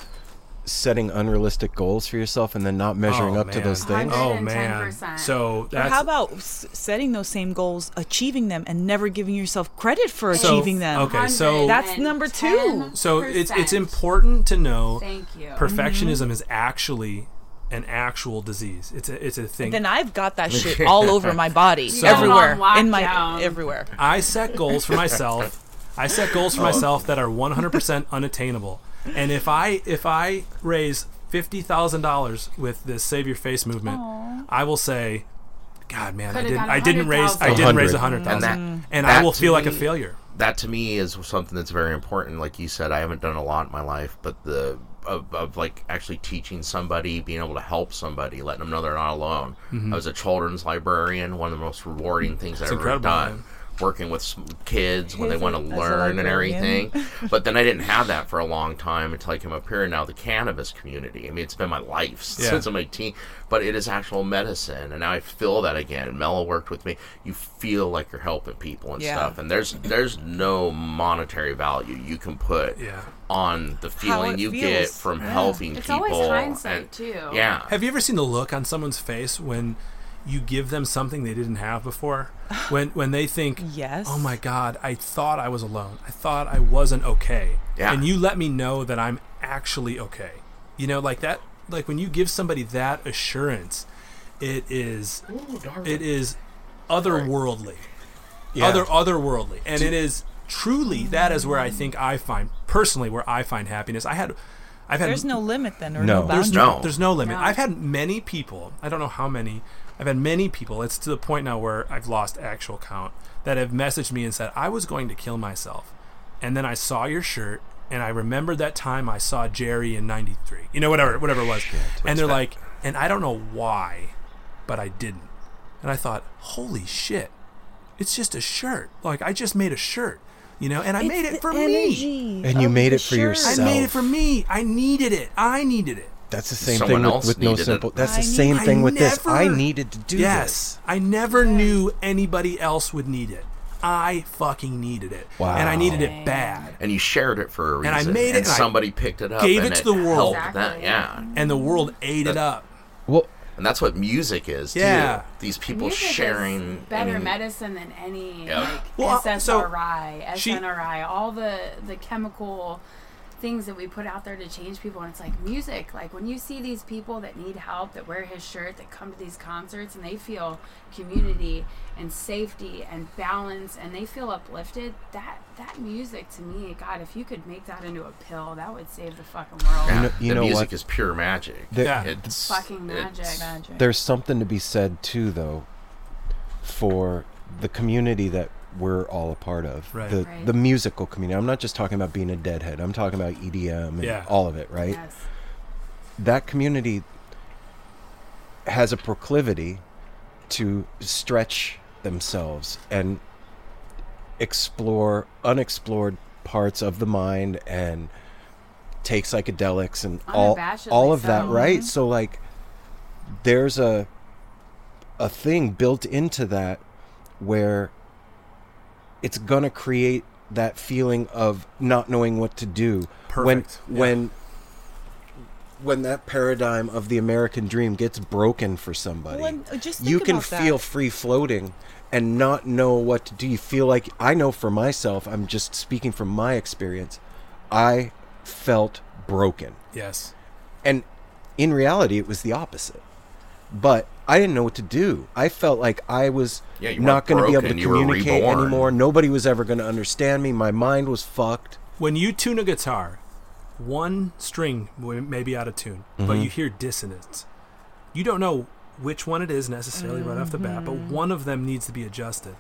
setting unrealistic goals for yourself and then not measuring
Oh,
up to those
man.
things?
Oh, man. 110%. So
Or how about s- setting those same goals, achieving them, and never giving yourself credit for
So-
achieving them?
okay, so-
that's number two.
So it's it's important to know
Thank you.
perfectionism
Mm-hmm.
is actually an actual disease. It's a it's a thing.
Then I've got that shit all over my body, everywhere, in my everywhere.
I set goals for myself. I set goals for
Oh.
myself that are 100% unattainable. And if I if I raise fifty thousand dollars with this Save Your Face movement, I will say, God, man, I
Coulda
didn't
got
I didn't raise I
100,000.
didn't raise a hundred
And
thousand,
that-
and,
that
I will
to
feel like a
me-
failure.
That to me is something that's very important. Like you said, I haven't done a lot in my life, but the of, of like actually teaching somebody, being able to help somebody, letting them know they're not alone.
Mhm.
I was a children's librarian, one of the most rewarding things
It's
I've ever
incredible,
done.
man.
Working with some kids when they
He's
want to
a- as a
learn and
librarian.
everything, but then I didn't have that for a long time until I came up here. And now the cannabis community. I mean, it's been my life
Yeah.
since I'm 18, but it is actual medicine, and now I feel that again. Mela worked with me. You feel like you're helping people and
Yeah.
stuff, and there's there's no monetary value you can put
Yeah.
on the feeling
it
you get
feels.
from
Yeah.
helping
It's
people.
always hindsight,
and-
too.
Yeah,
Have you ever seen the look on someone's face when you give them something they didn't have before? When when they think,
yes,
oh my god, I thought I was alone. I thought I wasn't okay.
Yeah.
And you let me know that I'm actually okay. You know, like that. Like when you give somebody that assurance, it is it is otherworldly,
Yeah.
other otherworldly, and
Do-
it is truly that is where I think I find personally where I find happiness. I had. I've had
There's no limit then, or no,
there's
boundary.
no, there's no limit.
No.
I've had many people. I don't know how many. I've had many people. It's to the point now where I've lost actual count that have messaged me and said I was going to kill myself, and then I saw your shirt and I remembered that time I saw Jerry in '93. You know, whatever, whatever it was. and they're like, and I don't know why, but I didn't. And I thought, holy shit, it's just a shirt. Like I just made a shirt. You know, and I
It's
made
the
it for
energy
me.
And you of made the it for shirt.
I
yourself.
made it for me. I needed it. I needed it.
That's the same
Someone
thing with,
else
with no
needed it.
simple. That's
I
the same
need-
thing
I
with this. I
never-
needed to do
yes,
this.
I never knew anybody else would need it. I fucking needed it. And I needed it bad.
and you shared it for a
And
reason,
I made it and I
somebody picked it up,
gave
and
it to the world.
helped them, yeah,
And the world ate it up.
Well,
and that's what music is.
Yeah.
too. these people
Music is
sharing
better
and-
medicine than any
Yeah.
like
Well, uh, so
SSRI,
she-
SNRI, all the the chemical things that we put out there to change people and it's like music like when you see these people that need help that wear his shirt that come to these concerts and they feel community and safety and balance and they feel uplifted that that music to me god if you could make that into a pill that would save the fucking world
Yeah,
You know- you
the
know
music
what?
is pure magic.
The- Yeah.
It's
fucking
it's-
magic magic
There's something to be said too, though, for the community that we're all a part of.
Right.
The
Right.
the musical community. I'm not just talking about being a deadhead. I'm talking about EDM and
Yeah.
all of it, right?
Yes.
That community has a proclivity to stretch themselves and explore unexplored parts of the mind and take psychedelics and all
Unabashedly
all of that
so.
right
Mhm.
so like there's a a thing built into that where it's gonna create that feeling of not knowing what to do.
Perfect,
When when when that paradigm of the American dream gets broken for somebody,
When- uh, just think
you can
about that.
feel free floating and not know what to do. You feel like I know for myself. I'm just speaking from my experience. I felt broken.
Yes.
And in reality, it was the opposite. But I didn't know what to do. I felt like I was
Yeah, you
not
weren't
going to be able to
broken, you were
communicate
reborn.
anymore. Nobody was ever going to understand me. My mind was fucked.
When you tune a guitar, one string w- may be out of tune, but
Mhm.
you hear dissonance. You don't know which one it is necessarily right off the bat, but
Mm-hmm.
one of them needs to be adjusted.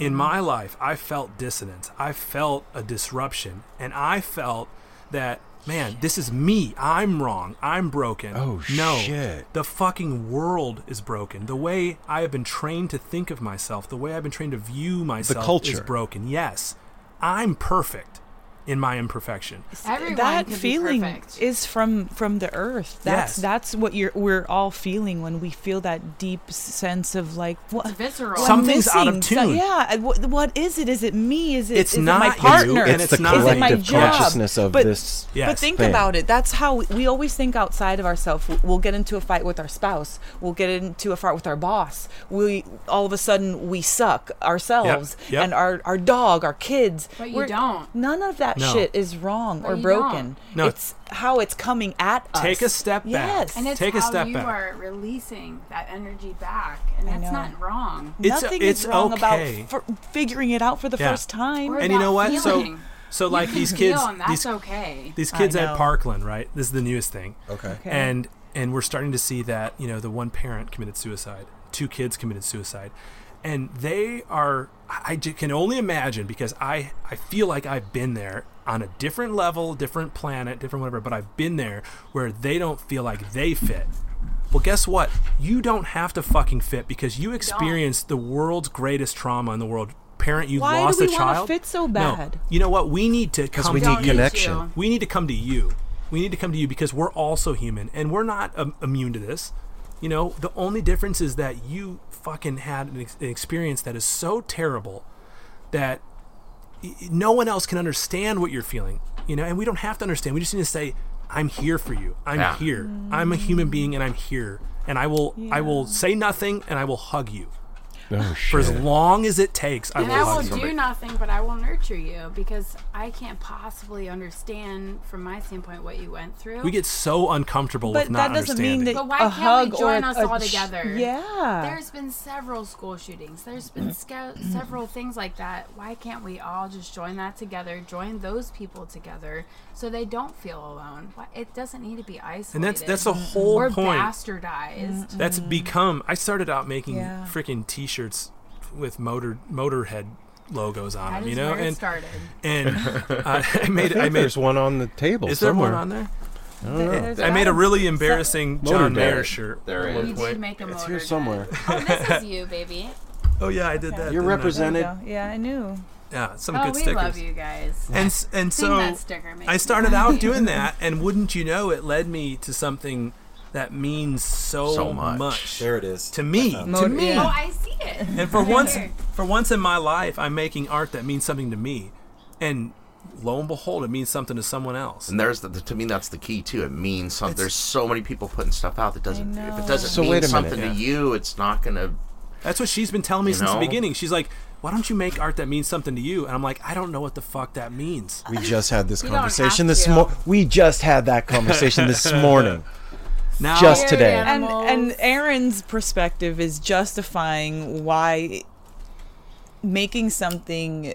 In my life, I felt dissonance. I felt a disruption, and I felt that man, this is me. I'm wrong. I'm broken.
Oh,
no,
shit.
The fucking world is broken. The way I have been trained to think of myself, the way I've been trained to view myself is
culture.
broken. Yes. I'm perfect in my imperfection.
Everyone
that
can be
feeling is from from the earth. That's
Yes.
that's what you're we're all feeling when we feel that deep sense of like what
visceral.
what I'm
Something's out of
missing. So-
tune.
yeah, I- what, what is it? Is it me? Is it
It's
is it my
not you,
partner?
and It's it's the not-
is it my
collective
job?
consciousness of
but,
this
But
Yes.
think
thing.
about it. That's how we, we always think outside of ourselves. W- We'll get into a fight with our spouse. We'll get into a fight with our boss. We all of a sudden we suck ourselves
yep.
and our our dog, our kids.
But you
We're-
don't.
None of that
No.
shit is wrong
But
or
you
broken.
don't. No.
It's how it's coming at us.
Take a step back.
Yes.
And it's
Take a
how
step
you
back.
are releasing that energy back, and that's not wrong.
It's-
Nothing
it's
is wrong
okay.
about f- figuring it out for the
Yeah.
first time.
Or
and you know what?
about
So
feeling.
so
You
like
can
these
feel
kids
and that's
these,
okay.
These
I
kids at
know.
Parkland, right? This is the newest thing.
Okay. Okay.
And and we're starting to see that, you know, the one parent committed suicide, two kids committed suicide. And they are I I j- can only imagine because I I feel like I've been there on a different level, different planet, different whatever, but I've been there where they don't feel like they fit. Well, guess what? You don't have to fucking fit because you experienced the world's greatest trauma in the world. Parent, you
Why do
lost
we
a
wanna
child.
fit so
No.
bad?
You know what? We need to
'Cause
come
we
to
need
you.
connection.
We need to come to you. We need to come to you because we're also human and we're not um, immune to this. You know, the only difference is that you fucking had an, ex- an experience that is so terrible that y- y- no one else can understand what you're feeling. You know, and we don't have to understand. We just need to say, "I'm here for you. I'm
Yeah.
here. I'm a human being, and I'm here. And I will, I will say nothing, and I will hug you for as long as it takes. I
and
will
I
hug
will
you.
do nothing, but I will nurture you because I can't possibly understand, from my standpoint, what you went through.
We get so uncomfortable
But
with not
that doesn't mean
understanding.
that-
But why
a
can't
hug
we
or
join
a-
us
a
all
sh-
together?
yeah.
There's been several school shootings. There's been sca- several things like that. Why can't we all just join that together? Join those people together so they don't feel alone. Why- It doesn't need to be isolated.
that's the whole
or
point.
bastardized.
That's become. I started out making
Yeah.
freaking T-shirts with motor Motorhead logos on
That
them.
is
you know,
where it
and
started.
and uh, I
I
made
think
I made
there's one on the table
Is
somewhere.
there one on there?
I don't know.
There's
I made
that.
a really embarrassing
Motor
John
Dad.
Mayer shirt.
There
at
it
one
is.
You
point.
did make a
It's
motor.
here somewhere.
Oh, this is you, baby.
Oh yeah, I did that.
You're
didn't I?
represented.
Yeah, I knew.
Yeah, some
oh,
good
we
stickers.
love you guys.
and s- and
Seeing
so
that sticker makes
I
me
started
happy.
out doing that, and wouldn't you know, it led me to something that means so,
So much.
There it is to me. to
Motor-
me.
Oh, I see it.
And for
Right
once,
here.
for once in my life, I'm making art that means something to me, and lo and behold, it means something to someone else.
And there's the, to me that's the key too. It means something. There's so many people putting stuff out that doesn't. If it doesn't
So
mean
wait a minute.
something
Yeah.
to you, it's not gonna.
That's what she's been telling me
You
since
know?
the beginning. She's like, "Why don't you make art that means something to you?" And I'm like, "I don't know what the fuck that means."
We just had this
You don't have
conversation this morning. We just had that conversation this morning.
Now-
just today.
And and Aaron's perspective is justifying why making something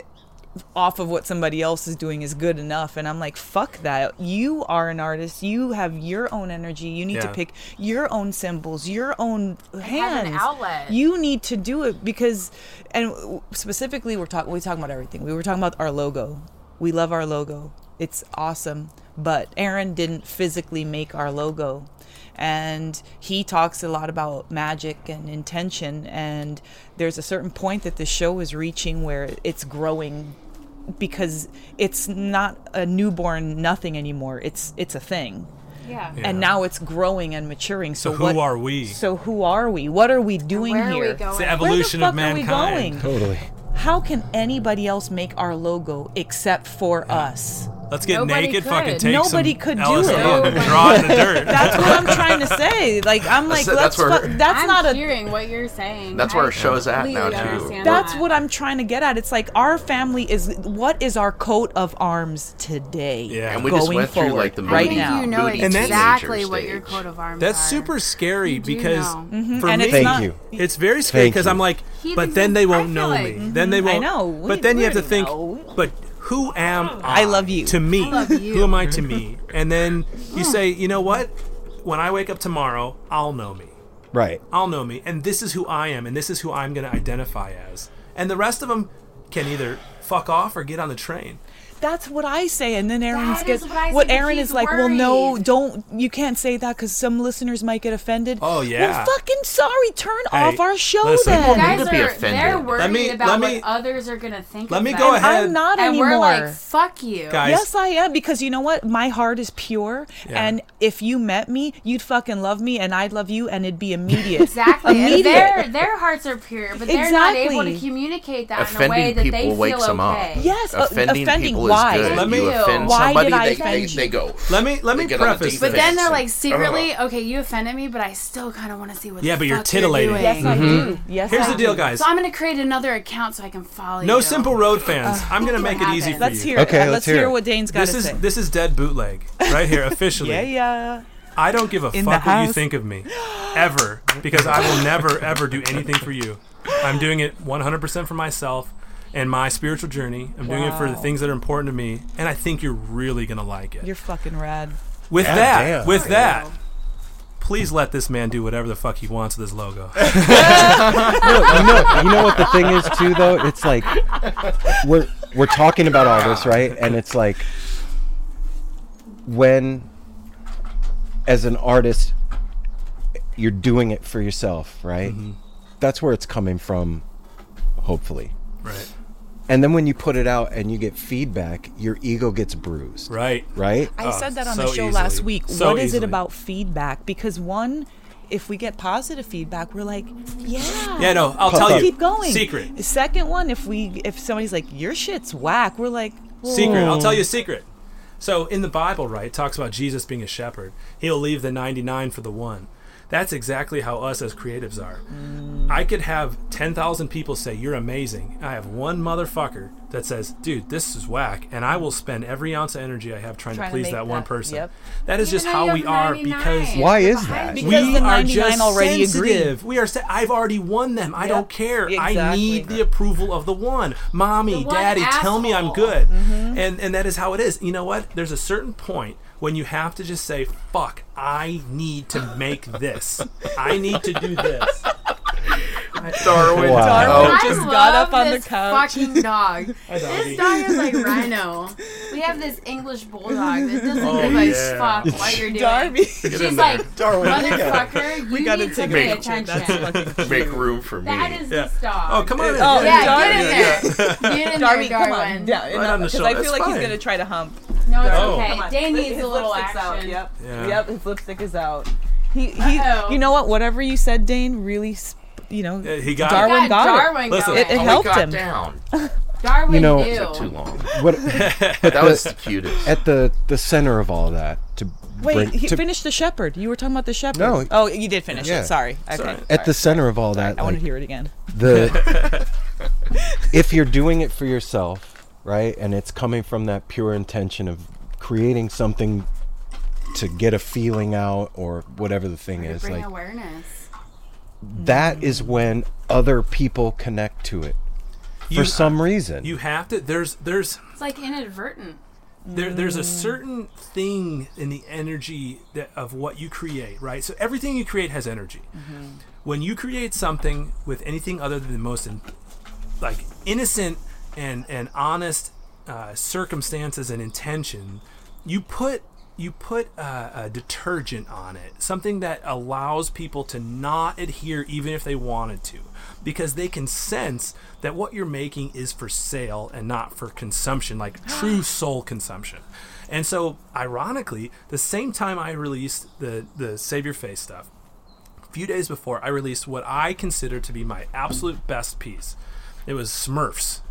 off of what somebody else is doing is good enough and I'm like fuck that you are an artist you have your own energy you need to
Yeah.
pick your own symbols your own
have
hands
an outlet.
you need to do it because and specifically we're talking we talking about everything we were talking about our logo we love our logo it's awesome but Aaron didn't physically make our logo and he talks a lot about magic and intention and there's a certain point that the show is reaching where it's growing because it's not a newborn nothing anymore it's it's a thing
Yeah.
and now it's growing and maturing so,
So who
what,
are we?
so who are we what are we doing
where are we
here
going? It's the
Where the
evolution of
fuck are we going?
mankind.
Totally.
how can anybody else make our logo except for us?
Let's get Nobody naked, could. fucking take
Nobody
some
could do
LSD
it.
and draw in the dirt.
That's what I'm trying to say. Like I'm like
That's-
let's
that's where-
fu- that's
I'm
not a
hearing what you're saying.
That's where our show's at now,
completely
too.
understand
That's
that.
what I'm trying to get at. It's like our family is what is our coat of arms today?
Yeah. And we just
going
went through,
forward,
like, the
right
moody-
now.
You know
Moody
exactly
teenager
what your coat of arms
That's
are.
super scary
do
because
know. Mhm.
for
And
me,
it's Thank not- you.
it's very scary
Thank
because
you.
I'm like,
He
but
even
then
says,
they
"I
won't
feel
know
like-
me. Then they
Mhm. I
won't.
know. We-
but then
we
you have to
already
think,
know. We
but who am I? I love you. To me,
love you.
who am I to me? And then you say, you know what? When I wake up tomorrow, I'll know me.
Right.
I'll know me, and this is who I am, and this is who I'm going to identify as. And the rest of them can either fuck off or get on the train.
That's what I say, and then Aaron's
That is
gets
what I say,
what
but
Aaron
he's
is like. Well, no, don't you can't say that because some listeners might get offended.
Oh, yeah.
Well, fucking sorry, turn
Hey,
off our show
listen.
then.
People need
Guys
to be
are-
offended.
They're
Let
worried
me-
about
let me-
what others are gonna think.
Let
of
me
them.
go
And
ahead.
I'm not
and
anymore.
we're like, fuck you.
Guys.
Yes, I am because you know what? My heart is pure,
Yeah.
and if you met me, you'd fucking love me, and I'd love you, and it'd be immediate.
Exactly. And
immediate.
Their their hearts are pure, but they're not able to
Exactly.
communicate that in a
Offending
way that
people
they
wakes
feel
them up.
okay.
Yes, uh,
offending,
offending
people
why?
is good.
Let
you
me-
offend
Why
somebody,
did I
they,
offend
they,
you?
they go.
Let me let
They
me
get on the
preface
defense.
But then they're
and-
like secretly, okay, you offended me, but I still kind of want to see what.
Yeah,
the
but you're
fuck
titillating.
You're doing.
Yes, I Mhm. do. Yes, Here's I the do. deal, guys.
So I'm gonna create another account so I can follow you.
No simple road fans.
Ugh.
I'm gonna make it easy for
Let's
you.
hear it. Okay, Uh, let's let's hear hear it. what
Dane's
This
gotta
is
say.
this is dead bootleg right here officially.
yeah, yeah.
I don't give a
In the
fuck what you
house.
think of me ever because I will never ever do anything for you. I'm doing it 100% for myself and my spiritual journey. I'm doing it for the
Wow.
things that are important to me and I think you're really going to like it.
You're fucking rad.
With
Yeah,
that,
damn.
with that, please let this man do whatever the fuck he wants with his logo.
no, you know, you know what the thing is too, though. It's like we're we're talking about all this, right? And it's like when, as an artist, you're doing it for yourself, right?
Mm-hmm.
That's where it's coming from, hopefully.
Right.
And then when you put it out and you get feedback, your ego gets bruised.
Right.
Right.
Ah,
I said that on the show last week. what is it about feedback? Because one, if we get positive feedback, we're like, yeah,
Yeah, no, I'll
let's
tell you.
Keep going.
Secret.
The Second one, if we if somebody's like, your shit's whack, we're like,
Secret. I'll
"Whoa."
tell you a secret. So in the Bible, right, it talks about Jesus being a shepherd. He'll leave the 99 for the one. That's exactly how us as creatives are.
Mm.
I could have 10,000 people say, You're amazing. I have one motherfucker that says, Dude, this is whack. And I will spend every ounce of energy I have trying,
Trying
to
to
please
make
that, one
that-
person.
yep.
That is
Even
just
though
how
you
we
have
are
99.
because.
Why is that?
Because
we
the
are
99
just
already agree.
sensitive. We are. Sa- I've already won them. I don't care. I
exactly.
need the approval of the one. Mommy,
The one Mm-hmm.
daddy, tell me I'm good. And and that is how it is. You know what? There's a certain point when you have to just say, "Fuck, I need to make this. I need to do this."
Darwin.
Wow.
I
Darwin
just
love
got up on the
this
couch.
Fucking dog.
Hi, doggy.
this dog is like Rhino. We have this English bulldog that doesn't
Oh,
give a
yeah.
fuck what you're doing.
Darby.
Get
She's
in there.
like,
Darwin, we gotta-
motherfucker, you
gotta
need to
take
pay
a picture.
attention.
That's fucking
Make room for me.
That is this dog.
Oh, come on in.
Oh, yeah, get in
Darwin.
there. Get in
Darby,
there,
come
Darwin.
on. Yeah,
Right on the
because
shoulder.
I feel
That's
like he's
fine.
gonna try to hump.
No, it's
Oh.
okay.
Come on.
Dane
His
needs a little
lipstick's
action.
out. Yep.
Yeah.
Yep. His lipstick is out. He, he
Uh-oh.
you know what? Whatever you said, Dane, really, sp- you know,
Yeah, he got
Darwin
it.
got
Darwin
it.
got Listen,
it, it
all we
helped
Oh, got
him.
down.
Oh. Darwin,
You know-
ew.
Too long.
What?
That was the cutest.
At the the center of all that to
Wait,
bring,
he
to,
finished the shepherd. You were talking about the shepherd.
No.
Oh, you did finish
Yeah.
it. Sorry. Okay.
at the
Sorry.
center of all that.
I want to
like,
hear it again.
the if you're doing it for yourself, right, and it's coming from that pure intention of creating something to get a feeling out or whatever the thing is,
Bring
like
awareness.
that is when other people connect to it
You-
for some reason.
You have to. There's there's
It's like inadvertent.
there, there's a certain thing in the energy that, of what you create, right? So everything you create has energy.
Mm-hmm.
When you create something with anything other than the most in, like innocent and and honest uh, circumstances and intention, you put you put uh, a detergent on it, something that allows people to not adhere even if they wanted to, because they can sense that what you're making is for sale and not for consumption, like true soul consumption. And so, ironically, the same time I released the the Save Your Face stuff, a few days before I released what I consider to be my absolute best piece. It was Smurfs.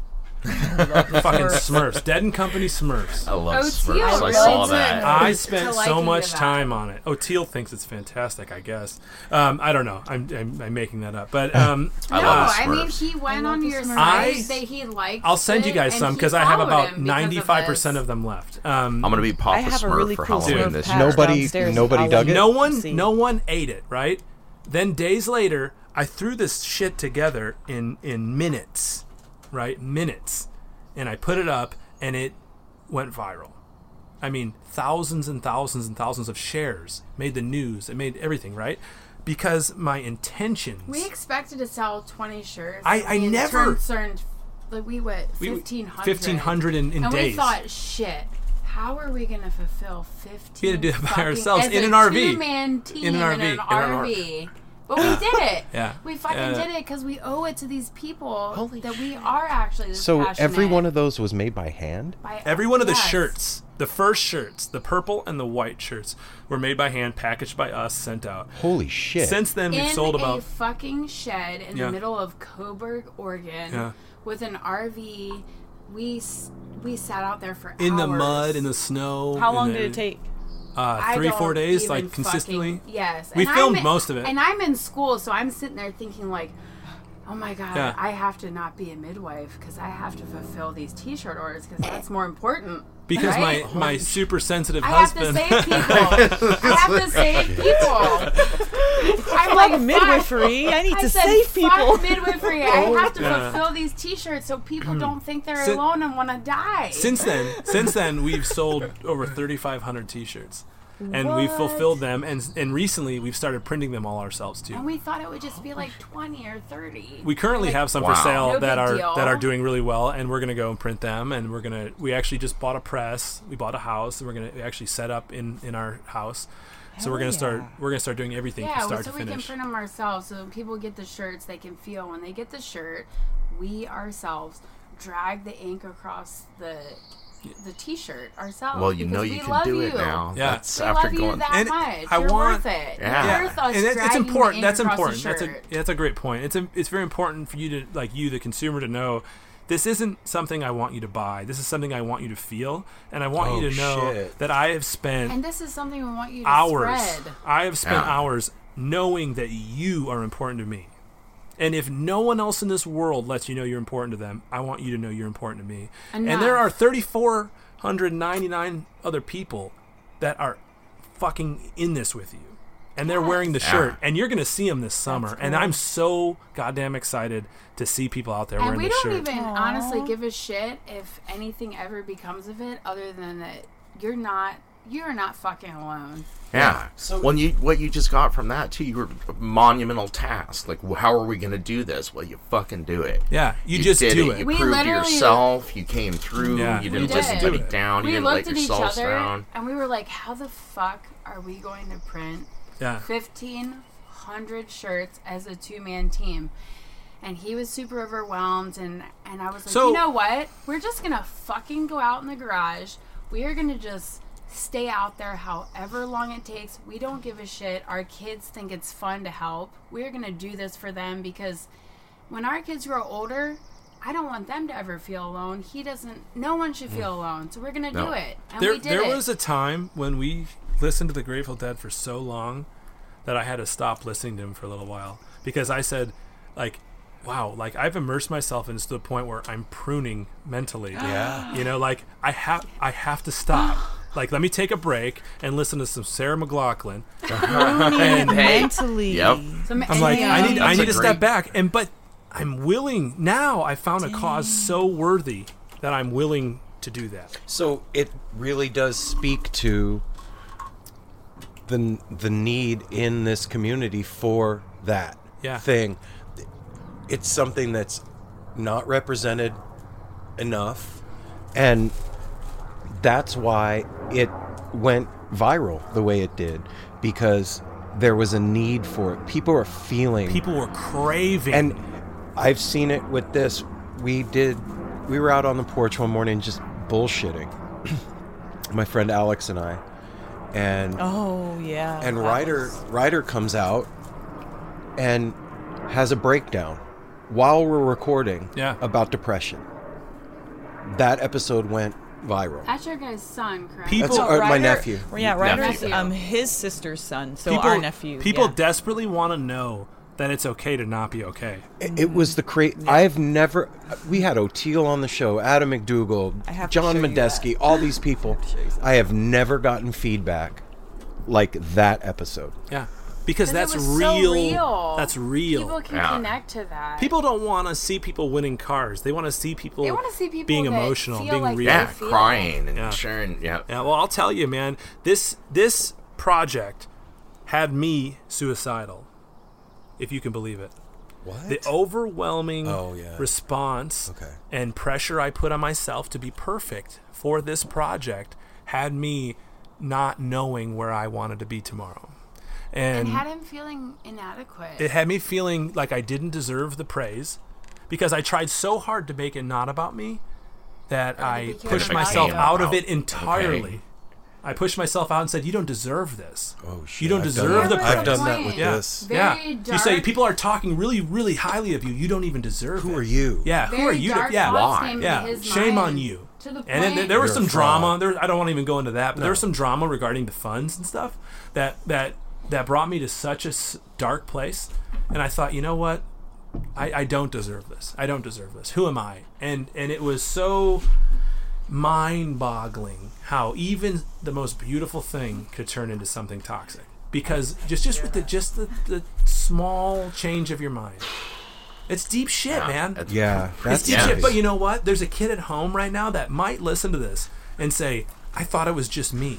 fucking
Smurfs.
Smurfs. Dead and Company Smurfs.
I love
Oh, Smurfs. Teal I really saw took that.
Oh, I
to
spent
liking
so
to
much
that.
time on it. Oh, Teal thinks it's fantastic, I guess. Um, I don't know. I'm, I'm, I'm making that up. But um,
no,
uh,
I mean he went on your
I-
side that he liked.
I'll send you guys some because I have about ninety-five
95%
percent of them left. Um,
I'm gonna be Papa I have a Smurf really for cool Halloween Smurf this year. patch Nobody- downstairs
nobody dug it?
No one, no one ate it. Right. Then days later, I threw this shit together in in minutes, right? Minutes, and I put it up, and it went viral. I mean, thousands and thousands and thousands of shares made the news. It made everything right because my intentions.
We expected to sell 20 shirts.
I- I
We
never-
turned- turned- like we went
We-
1500.
1,500 in- in
and we
days.
thought, shit, how are we going to fulfill 15?
We had to do that by
fucking-
ourselves
as
in
a
an RV.
Two-man team
In an RV,
In an
in an
RV. But we did it.
Yeah.
We fucking
Uh,
did it because we owe it to these people that we are actually this
So
passionate
every one of those was made by hand.
by-
Every one of the
Yes.
shirts, the first shirts, the purple and the white shirts, were made by hand, packaged by us, sent out.
Holy shit!
Since then, we've
in
sold
a
about.
fucking shed in
Yeah.
the middle of Coburg, Oregon,
Yeah.
with an RV. We s- we sat out there for
In the
hours.
mud, in the snow.
How
in
long
the-
did it take?
Uh,
I
three,
don't
four days,
even
like consistently.
fucking- yes,
We
And
filmed
I'm-
most of it.
and I'm in school, so I'm sitting there thinking like. Oh my God!
Yeah.
I have to not be a midwife because I have to fulfill these T-shirt orders because that's more important.
because
right?
my, my super sensitive
I have to
husband.
save people. I have to save people. I'm like
Fuck midwifery. I need to
said,
save people.
Fuck midwifery. I have to
Yeah.
fulfill these T-shirts so people don't think they're
Sin-
alone and want to die.
since then, since then, we've sold over 3,500 T-shirts, and we've
What?
fulfilled them. And and recently, we've started printing them all ourselves too.
and we thought it would just be like twenty or thirty.
We currently
Like,
have some
wow.
for sale
No
that
big
are
deal.
that are doing really well, and we're gonna go and print them. And we're gonna we actually just bought a press, we bought a house, and we're gonna actually set up in in our house. so we're
Hell
gonna start
yeah.
we're gonna start doing everything
Yeah,
from start
so
to
we can
finish.
print them ourselves, so people get the shirts they can feel when they get the shirt. We ourselves drag the ink across the the T-shirt ourselves.
Well, you know
because
you
we
can
love
do it
you.
now.
Yeah.
That's
We
after
love
going
you that
And
much.
I
You're
want-
worth it.
Yeah.
You're worth us
and it, it's
dragging the
important.
ink
That's
across the
important. That's a
shirt.
that's a great point. It's a, it's very important for you to like you the consumer to know this isn't something I want you to buy. This is something I want you to feel, and I want
Oh,
you to know
shit.
that I have spent
And this is something we want you to
hours.
spread.
I have spent
Yeah.
hours knowing that you are important to me. And if no one else in this world lets you know you're important to them, I want you to know you're important to me.
Enough.
And there are 3,499 other people that are fucking in this with you. And they're wearing the
Yeah.
shirt, and you're gonna see them this summer. And
cool.
I'm so goddamn excited to see people out there
And
wearing
we
the
don't
shirt.
even honestly give a shit if anything ever becomes of it, other than that you're not you're not fucking alone.
Yeah. when you what you just got from that too, you were a monumental task. Like, wh- how are we gonna do this? Well, you fucking do it.
Yeah, you just
did
do
it.
it.
You
We
proved
literally-
yourself. You came through.
Yeah,
you
we
didn't
did.
let
Just
anybody
do it.
down.
we
you didn't
looked
let
at each
yourselves
other
down.
and we were like, "How the fuck are we going to print
Yeah.
fifteen hundred shirts as a two man team?" And he was super overwhelmed, and and I was like,
So-
"You know what? We're just gonna fucking go out in the garage. We are gonna just." Stay out there however long it takes. We don't give a shit. Our kids think it's fun to help. We're going to do this for them because when our kids grow older, I don't want them to ever feel alone. He doesn't. No one should feel alone. So we're gonna do it, and
there
we did
there
it.
was a time when we listened to the Grateful Dead for so long that I had to stop listening to them for a little while because I said, like, wow, like I've immersed myself into the point where I'm pruning mentally.
Yeah.
you know, like I have I have to stop. Like, let me take a break and listen to some Sarah McLaughlin.
Um,
Pruning
And-
mentally. Yep. Some
I'm like, I need, I
That's
need
a
to step
great-
back. And but I'm willing now. I found a cause so worthy that I'm willing to do that.
So it really does speak to the the need in this community for that
Yeah.
thing. It's something that's not represented enough, and that's why it went viral the way it did because there was a need for it. People are feeling.
People were craving.
And I've seen it with this. We did. We were out on the porch one morning just bullshitting. My friend Alex and I, and
Oh yeah.
and
that
Ryder
was-
Ryder comes out and has a breakdown
while we're recording
Yeah.
about depression. That episode went viral.
That's your guy's son, correct?
People- That's, uh, my nephew.
Yeah, Ryder's
Nephew.
um his sister's son, so our nephew.
People
yeah.
desperately want to know that it's okay to not be okay.
It, it was the cra I've never. We had O'Teal on the show, Adam
I have
McDougall,
to
John
show you
Medeski, all these people. I have never gotten feedback like that episode.
Yeah, because
Because
that's
it was so
real,
real.
That's real.
People can connect to that.
People don't want to see people winning cars. They want to see people.
They wanna see people
being
that
emotional,
feel
being
like
real,
they Yeah, feel. crying
and sharing. Yeah.
Yeah. Well, I'll tell you, man. This this project had me suicidal, if you can believe it.
What?
The overwhelming
Oh, yeah. Oh,
response and pressure I put on myself to be perfect for this project had me not knowing where I wanted to be tomorrow.
and
And,
had him feeling inadequate.
it had me feeling like I didn't deserve the praise because I tried so hard to make it not about me that I
became
pushed
about
myself
you.
out of it
Okay.
entirely. I pushed myself out and said, "You don't deserve this. Oh
shit,
You don't
I've done
deserve
that.
the praise."
I've done that with
yeah.
this.
yeah.
Very
You say
dark-
people are talking really, really highly of you. You don't even deserve. Who
are you?
Yeah. Who are
Very
you? to-
dark
yeah.
thoughts came into
Yeah.
his
Shame on
mind
you.
to the
and then
point-
there, there was
You're
some
a
drama.
fraud.
There, Uh, I don't want to even go into that, but
No.
there was some drama regarding the funds and stuff that that that brought me to such a s- dark place. And I thought, you know what? I, I don't deserve this. I don't deserve this. Who am I? And and it was so mind-boggling how even the most beautiful thing could turn into something toxic because just just with the just the, the small change of your mind it's deep shit
Uh,
man
that's- Yeah, that's
it's deep
nice.
shit but you know what there's a kid at home right now that might listen to this and say i thought it was just me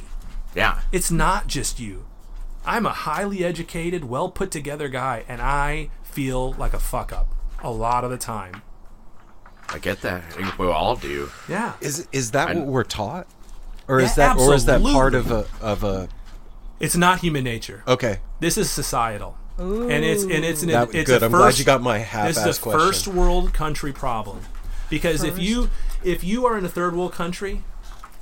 yeah
it's not just you i'm a highly educated well put together guy and i feel like a fuck up a lot of the time
I get that. We all do.
yeah
Is is that
And-
what we're taught, or is
Yeah,
that or is that part of a
absolutely.
of a?
It's not human nature.
Okay.
This is societal. And it's and it's an
That-
it's
good,
a
I'm glad
first,
you got my
This
half-assed
is a
question.
first world country problem. Because if
First.
you if you are in a third world country,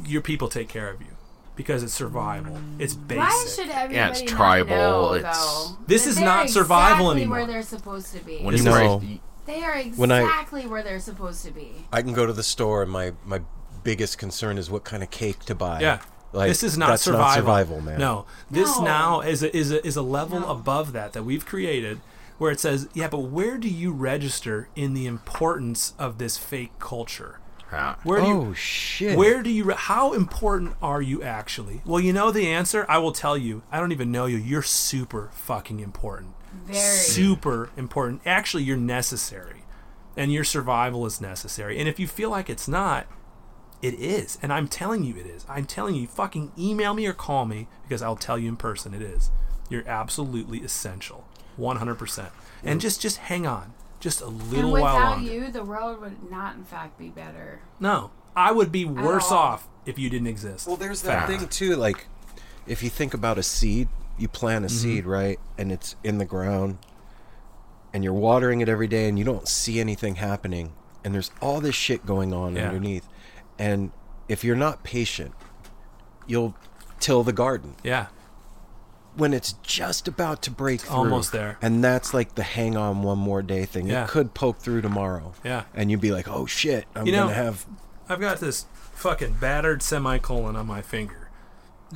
your people take care of you. Because it's survival. It's basic.
Why should everybody
Yeah, it's
not
tribal,
Know,
it's-
though,
This
that
is
they're
not survival
exactly
anymore.
Where they're supposed to be.
When you know,
they are
when I-
exactly where they're supposed to be.
I can go to the store and my my biggest concern is what kind of cake to buy.
Yeah.
Like
this is not
that's
survival.
not survival, man.
No. This
No.
now is a, is a, is a level above that that we've created where it says, yeah, but where do you register in the importance of this fake culture? Where do
Oh,
you,
shit.
Where do you re- how important are you actually? Well, you know the answer. I will tell you. I don't even know you. You're super fucking important.
Very.
Super important. Actually, you're necessary. And your survival is necessary. And if you feel like it's not, it is. And I'm telling you it is. I'm telling you, fucking email me or call me because I'll tell you in person it is. You're absolutely essential. 100%. And just just hang on. Just a little
and
while
without
longer.
you, the world would not, in fact, be better.
No. I would be worse
all.
off if you didn't exist.
Well, there's that thing too. Like, if you think about a seed, you plant a
Mhm.
seed, right? And it's in the ground, and you're watering it every day, and you don't see anything happening, and there's all this shit going on
Yeah.
underneath, and if you're not patient, you'll till the garden.
Yeah.
When it's just about to break through,
almost there.
and that's like the hang on one more day thing.
Yeah.
It could poke through tomorrow,
Yeah.
and you'd be like, "Oh shit, I'm
You know-
gonna have
I've got this fucking battered semicolon on my finger.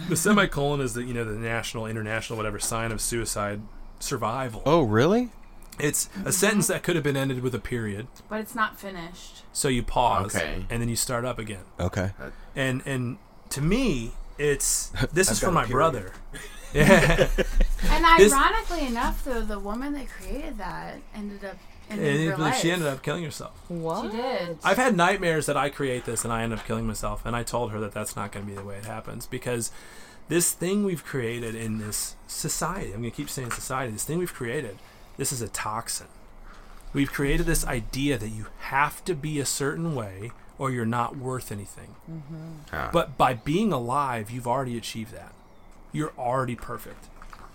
The semicolon is the you know the national, international, whatever sign of suicide survival.
Oh, really?
It's a sentence that could have been ended with a period.
Mm-hmm. But it's not finished.
So you pause
Okay.
and then you start up again.
okay."
And and to me, it's this
I've
is for
got a
my
period.
brother. Yeah.
And
This-
ironically enough, though, the woman that created that ended up ended her
and
life.
she ended up killing herself.
What? She did.
I've had nightmares that I create this and I end up killing myself, and I told her that that's not going to be the way it happens because this thing we've created in this society, I'm going to keep saying society, this thing we've created, this is a toxin. We've created this idea that you have to be a certain way or you're not worth anything. But by being alive, you've already achieved that. You're already perfect.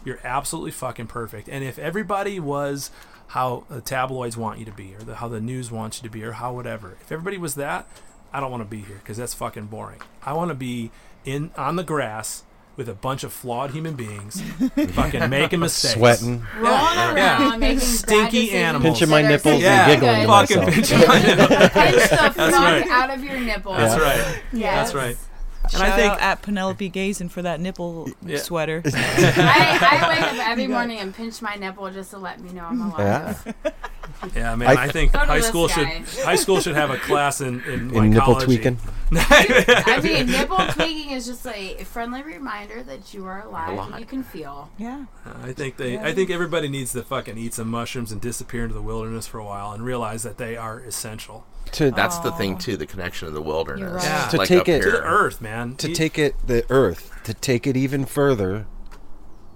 You're absolutely fucking perfect. And if everybody was how the tabloids want you to be, or the, how the news wants you to be, or how whatever, if everybody was that, I don't want to be here because that's fucking boring. I want to be in on the grass with a bunch of flawed human beings, fucking making mistakes,
Sweating.
Yeah.
Rolling around, making bad
stinky
decisions.
animals,
Pinching my nipples
Yeah.
and giggling to
fucking
myself.
pinching my nipples.
Pinch the
That's
frog
right.
out of your nipple.
That's right.
Yes.
That's right.
And
And
Shout
I think
out at Penelope Gazin for that nipple
Yeah.
sweater.
I, I wake up every morning and pinch my nipple just to let me know I'm alive.
Yeah.
Yeah, man.
I-
I, think
Go to
high
this
school should
guy.
high school should have a class in in,
In nipple
mycology.
tweaking?
I mean, nipple tweaking is just a friendly reminder that you are alive and you can feel.
Yeah.
I think they. I think everybody needs to fucking eat some mushrooms and disappear into the wilderness for a while and realize that they are essential.
To-
That's the thing too, the connection to the wilderness.
You're right.
Like
to take
up
it
here.
man.
To
You-
take it the earth, to take it even further.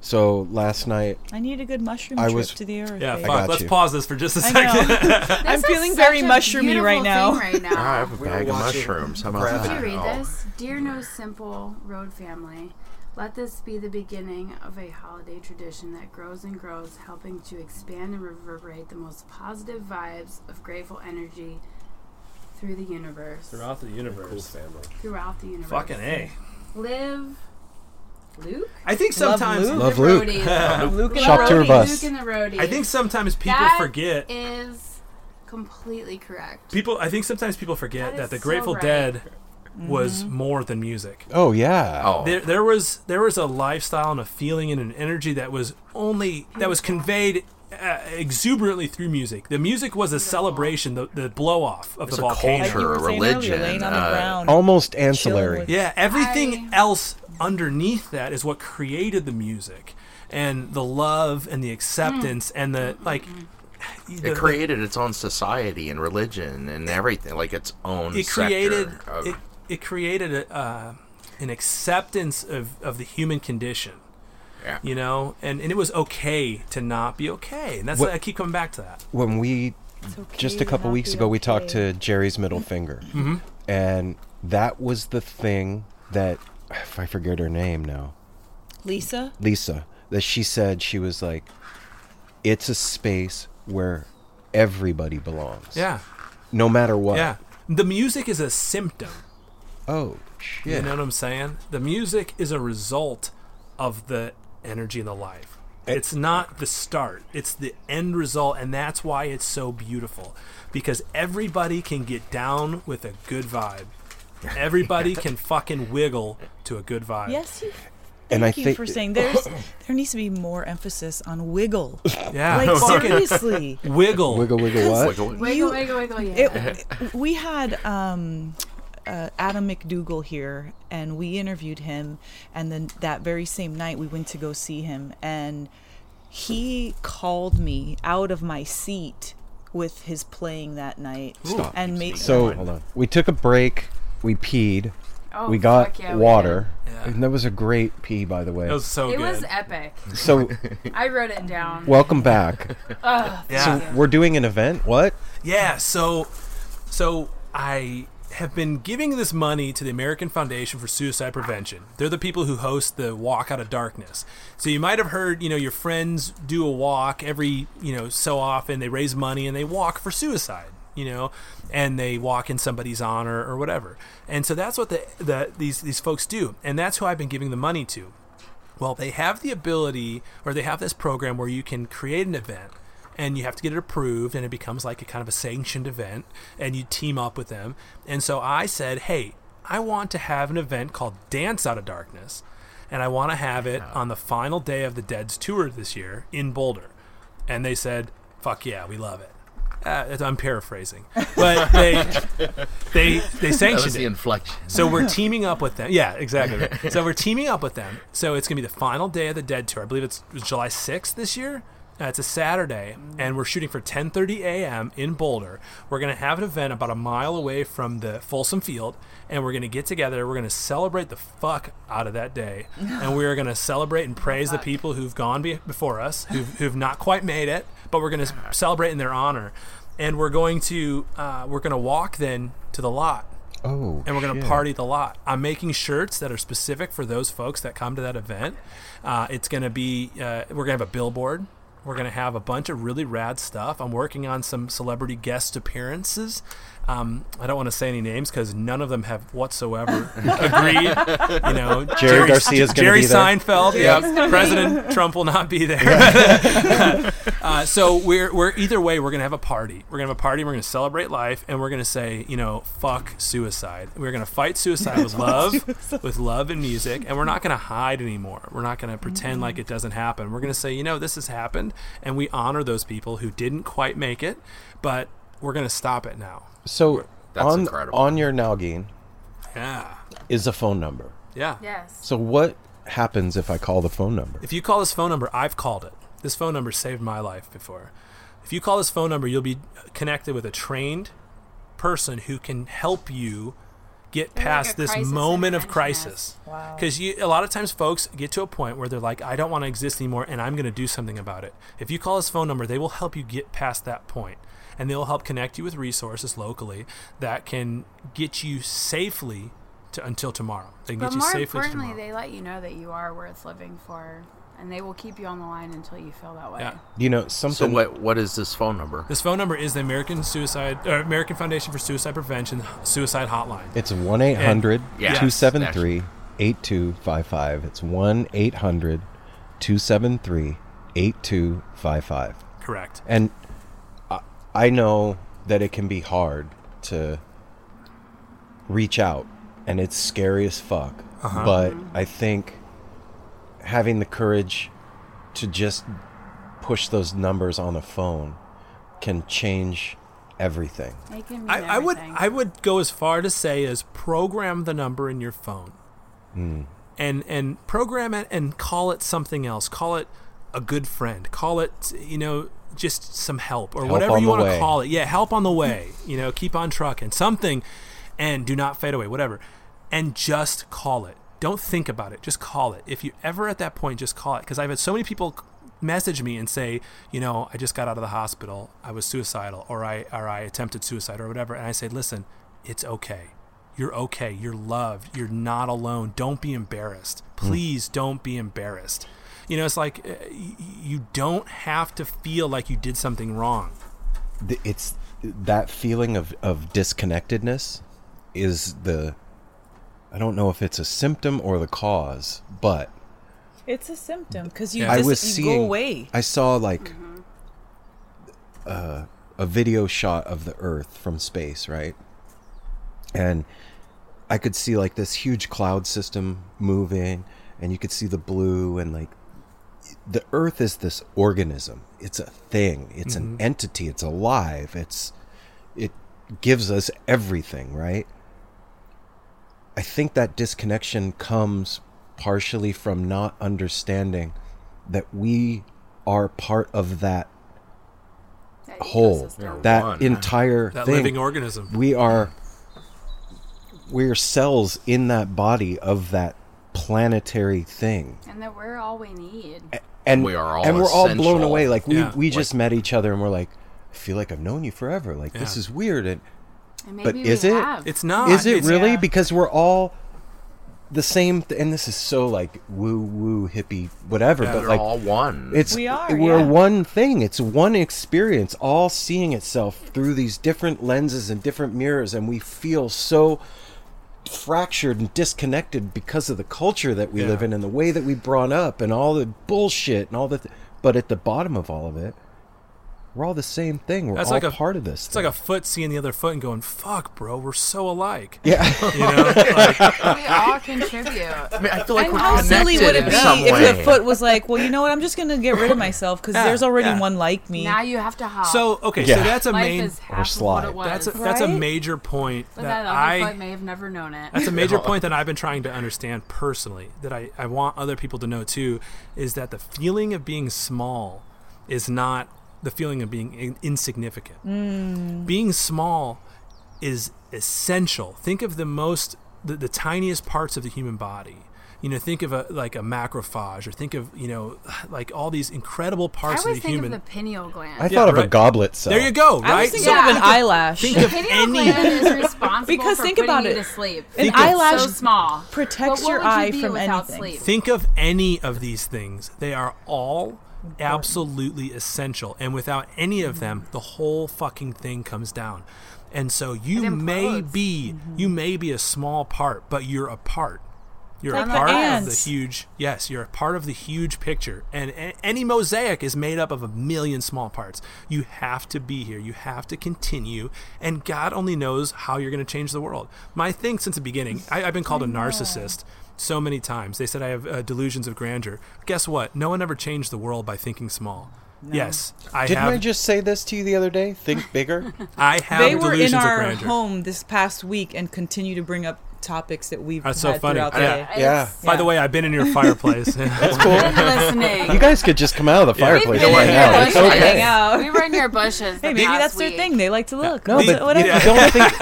So last night
I need a good mushroom
I
trip
was-
to the earth.
Yeah,
I
fuck.
got
Let's
you.
pause this for just a
I
second.
know. I'm
This is
feeling
such
very
a
mushroomy
beautiful
right now.
thing right now.
I have a
We were
bag of
watching
mushrooms. How about
Did
that?
you read
Oh.
this? Dear No Simple Road Family, let this be the beginning of a holiday tradition that grows and grows, helping to expand and reverberate the most positive vibes of grateful energy through the universe.
Throughout the universe.
Throughout the universe.
Fucking A.
Live. Luke?
I think sometimes
Love Luke.
Brody.
Love Luke.
Love
Shop tour
Brody,
bus.
Luke and the Roadies.
I think sometimes people
That
forget-
is completely correct.
people. I think sometimes people forget
That
that,
is
the
so
Grateful
right.
Dead was more than music.
Oh yeah.
There, there was there was a lifestyle and a feeling and an energy that was only that was conveyed uh, exuberantly through music. The music was a celebration, the, the blow off of
It's
the
a
volcano.
culture, Like you were saying earlier, religion, laying on the uh, ground,
Almost ancillary.
Yeah, everything else underneath that is what created the music and the love and the acceptance and the like. the-
It created its own society and religion and everything, like its own.
it
sector
created
of-
it, it created a, uh, an acceptance of, of the human condition
Yeah.
you know and, and it was okay to not be okay and that's
What-
why i keep coming back to that
When we just a couple weeks ago, we talked to Jerry's middle
Mm-hmm.
finger,
Mhm.
and that was the thing that if I forget her name now,
Lisa?
Lisa, that she said she was like, it's a space where everybody belongs.
Yeah.
No matter what.
yeah the music is a symptom
Oh
you
shit.
know what i'm saying the music is a result of the energy in the life it's not the start it's the end result and that's why it's so beautiful because everybody can get down with a good vibe everybody can fucking wiggle to a good vibe
Yes, you.
And
Thank
I
you
think-
for saying there's there needs to be more emphasis on wiggle.
Yeah.
like
Fucking
seriously.
Wiggle.
Wiggle, wiggle, what?
Wiggle, wiggle, wiggle, yeah.
It, we had um, uh, Adam McDougall here, and we interviewed him, and then that very same night we went to go see him, and he called me out of my seat with his playing that night,
Stop.
and made
so hold on. We took a break. We peed.
Oh,
we got
fuck yeah, we
water.
did. Yeah.
And that was a great pee, by the way.
That was so
it was epic.
So-
I wrote it down.
Welcome back.
Ugh,
Yeah.
So we're doing an event. What?
Yeah, so so I have been giving this money to the American Foundation for Suicide Prevention. They're the people who host the Walk Out of Darkness. So you might have heard, you know, your friends do a walk every, you know, so often they raise money and they walk for suicide, you know, and they walk in somebody's honor or whatever. And so that's what the, the these these folks do. And that's who I've been giving the money to. Well, they have the ability, or they have this program where you can create an event and you have to get it approved, and it becomes like a kind of a sanctioned event, and you team up with them. And so I said, hey, I want to have an event called Dance Out of Darkness, and I want to have it on the final day of the Dead's tour this year in Boulder. And they said, fuck yeah, we love it. Uh, I'm paraphrasing, but they they they
That
sanctioned
was the
it.
inflection.
So we're teaming up with them. Yeah, exactly. right. so we're teaming up with them. So it's gonna be the final day of the Dead tour. I believe it's it's July 6th this year. Uh, it's a Saturday, and we're shooting for 10:30 a.m. in Boulder. We're gonna have an event about a mile away from the Folsom Field, and we're gonna get together. We're gonna celebrate the fuck out of that day, and we are gonna celebrate and praise the people who've gone be- before us, who've, who've not quite made it, but we're gonna s- celebrate in their honor. And we're going to uh, we're gonna walk then to the lot
Oh.
and we're going
shit.
to party the lot. I'm making shirts that are specific for those folks that come to that event. Uh, it's going to be, uh, we're going to have a billboard. We're going to have a bunch of really rad stuff. I'm working on some celebrity guest appearances. Um, I don't want to say any names because none of them have whatsoever agreed. You know,
Jerry Garcia's gonna
Jerry
be there.
Seinfeld.
Yeah.
Yep. President Trump will not be there. uh, so we're, we're either way, we're gonna have a party. We're gonna have a party. We're gonna celebrate life, and we're gonna say, you know, fuck suicide. We're gonna fight suicide with
Fuck
love, with love and music, and we're not gonna hide anymore. We're not gonna pretend like it doesn't happen. We're gonna say, you know, this has happened, and we honor those people who didn't quite make it, but we're gonna stop it now.
So
That's
on
incredible.
on your Nalgene
Yeah.
is a phone number.
Yeah.
Yes.
So what happens if I call the phone number?
If you call this phone number, I've called it. This phone number saved my life before. If you call this phone number, you'll be connected with a trained person who can help you get
like
past
a
this
crisis
moment of
interventionist.
crisis.
Wow.
Because you, a lot of times, folks get to a point where they're like, "I don't want to exist anymore, and I'm going to do something about it." If you call this phone number, they will help you get past that point, and they'll help connect you with resources locally that can get you safely to until tomorrow. They can
But
get you
more
safely to tomorrow.
importantly, they let you know that you are worth living for, and they will keep you on the line until you feel that way.
You know something.
So what? What is this phone number?
This phone number is the American Suicide uh, American Foundation for Suicide Prevention Suicide Hotline.
It's 1 800
Yes,
273 8255. It's 1 800 273 8255.
Correct.
And I, I know that it can be hard to reach out and it's scary as fuck.
Uh-huh.
But I think having the courage to just push those numbers on a phone can change everything.
It can mean
I, I would I would go as far to say as program the number in your phone
Mm.
and and program it and call it something else. Call it a good friend. Call it you know just some help or
Help
whatever
on
you
the
want to
way.
call it. Yeah, help on the way. You know, keep on trucking something, and do not fade away. Whatever, and just call it. Don't think about it. Just call it. If you ever at that point, just call it. Because I've had so many people message me and say, you know, I just got out of the hospital. I was suicidal, or I or I attempted suicide, or whatever. And I say, listen, it's okay. You're okay. You're loved. You're not alone. Don't be embarrassed. Please don't be embarrassed. You know, it's like uh, y- you don't have to feel like you did something wrong.
th- it's that feeling of, of disconnectedness is the I don't know if it's a symptom or the cause, but
It's a symptom because you
I
just
was
you
seeing
go away.
I saw like uh, a video shot of the Earth from space, right? And I could see like this huge cloud system moving, and you could see the blue and like the Earth is this organism. It's a thing. It's an
Mhm.
entity. It's alive. It's it gives us everything, right? I think that disconnection comes partially from not understanding that we are part of that, whole,
ecosystem.
that
One.
entire
That
thing.
living organism.
We are we're cells in that body of that planetary thing.
And that we're all we need.
And
We are all
and we're all blown
essential.
away. Like we
Yeah.
we just met each other and we're like, I feel like I've known you forever. Like this
Yeah.
is weird. And,
And
but
maybe
is
we
it?
have. It's
not.
Is it
It's-
really?
Yeah.
Because we're all the same. Th- and this is so like woo woo hippie whatever.
Yeah,
but
we're
like
all one.
It's
We are,
We're
yeah.
one thing. It's one experience, all seeing itself through these different lenses and different mirrors, and we feel so fractured and disconnected because of the culture that we live in and the way that we brought up and all the bullshit and all the. Th- but at the bottom of all of it, we're all the same thing. We're
That's
all
like a
part of this.
It's like a foot seeing the other foot and going, "Fuck, bro, we're so alike."
Yeah.
you know, like,
We all contribute. I,
mean, I feel
like
and how silly would it be if the foot was like, well, you know what? I'm just gonna get rid of myself because
Yeah,
there's already
yeah.
one like me.
Now you have to hop.
so okay, so that's a main That's a, that's a
Right?
major point
But
that,
that other
I
foot may have never known it.
That's a major point that I've been trying to understand personally, that I, I want other people to know too, is that the feeling of being small is not the feeling of being in- insignificant.
Mm.
Being small is essential. Think of the most, the, the tiniest parts of the human body. You know, think of a like a macrophage, or think of you know, like all these incredible
I
parts of
always
the
think
human.
of the pineal gland.
I thought of a
right.
goblet cell.
There you
I
go.
was
Right.
thinking of an eyelash.
Think of
pineal
any.
gland is responsible
Because
for
think
putting
about
you
it.
to sleep.
An
It's
eyelash
so small
protects
But what
your
would you
eye
be
from
without
anything.
Sleep?
Think of any of these things. They are all absolutely essential. And without any of them, the whole fucking thing comes down. And so you may be you may be a small part, but you're a part. You're
Like
a
the
part of the
ants.
huge yes, you're a part of the huge picture. And a- any mosaic is made up of a million small parts. You have to be here. You have to continue. And God only knows how you're going to change the world. My thing since the beginning, I, I've been called a narcissist so many times. They said I have uh, delusions of grandeur. Guess what? No one ever changed the world by thinking small. Yes, I
Didn't
have.
I just say this to you the other day? Think bigger.
I have
they were
delusions
in
of
our
grandeur.
home this past week and continue to bring up topics that we've
That's so
had
funny.
throughout the
Yeah.
day.
Yeah. By the way, I've been in your fireplace. That's
cool. You guys could just come out of the
Yeah.
fireplace
We've been
right
in
now.
here
It's
watching
okay.
We were in your bushes.
Uh, Hey, maybe that's their thing. They like to look.
No,
What's-
but
whatever.
if you don't think,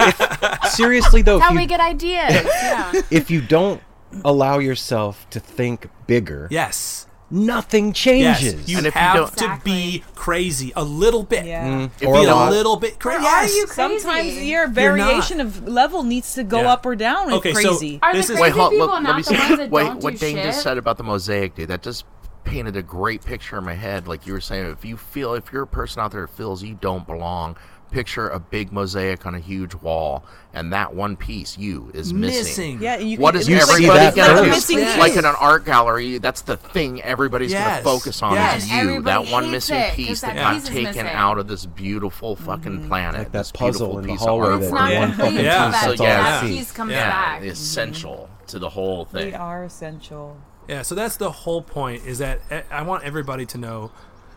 if, seriously though,
That's
if
how we
you,
get ideas. yeah.
if you don't allow yourself to think bigger,
yes,
nothing changes.
Yes, you have to be crazy a little bit.
Mm,
Be
or a
a
lot.
little bit
Or
crazy.
are you crazy? Sometimes your
not.
variation of level needs to go
Yeah.
up or down. With
Okay, so-
crazy.
Are This the is-
wait, hold,
people
look, let
not
me
the ones
see.
that
Wait,
don't
what
do
Dane just
shit?
said about the mosaic, dude, that just painted a great picture in my head. Like you were saying, if you feel, if you're a person out there that feels you don't belong, picture a big mosaic on a huge wall, and that one piece, you, is missing.
Missing. Yeah, you
what
can-
is
you see
everybody
that
gonna
first.
do?
Missing
Like
piece.
in an art gallery, that's the thing everybody's gonna
Yes.
focus on
Yes.
is
And
you, that
everybody
one
hates
missing
it, 'cause
piece
that
that got
piece is
taken
missing.
out of this beautiful fucking planet. Like
that puzzle in the
piece
hallway
of artwork.
that It's not one complete fucking
yeah.
until piece, that's
So,
all
yeah,
I see. piece
comes
yeah,
back.
the essential to the whole thing.
We are essential.
Yeah, so that's the whole point is that I- I want everybody to know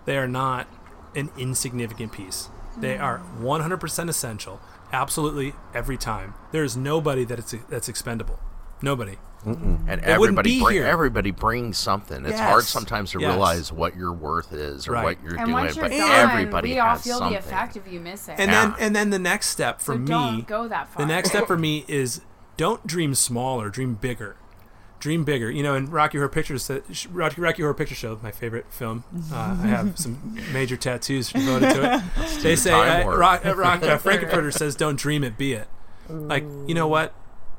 they are not an insignificant piece.
Mm.
They are 100% essential, absolutely every time. There is nobody that it's, that's expendable. Nobody.
And
They wouldn't
everybody,
be
bring,
here.
everybody brings something. It's hard
Yes.
sometimes to
Yes.
realize what your worth is or
Right.
what you're
And
doing,
once you're
but
gone,
everybody
we all
has
feel the
something.
effect of you missing.
And then and then the next step for
So
me
don't go that far.
The next step for me is don't dream smaller, dream bigger. Dream bigger. You know, in Rocky Horror Picture Show, Rocky, Rocky Horror Picture Show, my favorite film. Uh, I have some major tattoos devoted to
Let's
it.
do
they
the
say
time
uh,
warp.
Rock, uh, Rock, uh, Frankenfurter says, "Don't dream it, be it." Like you know what?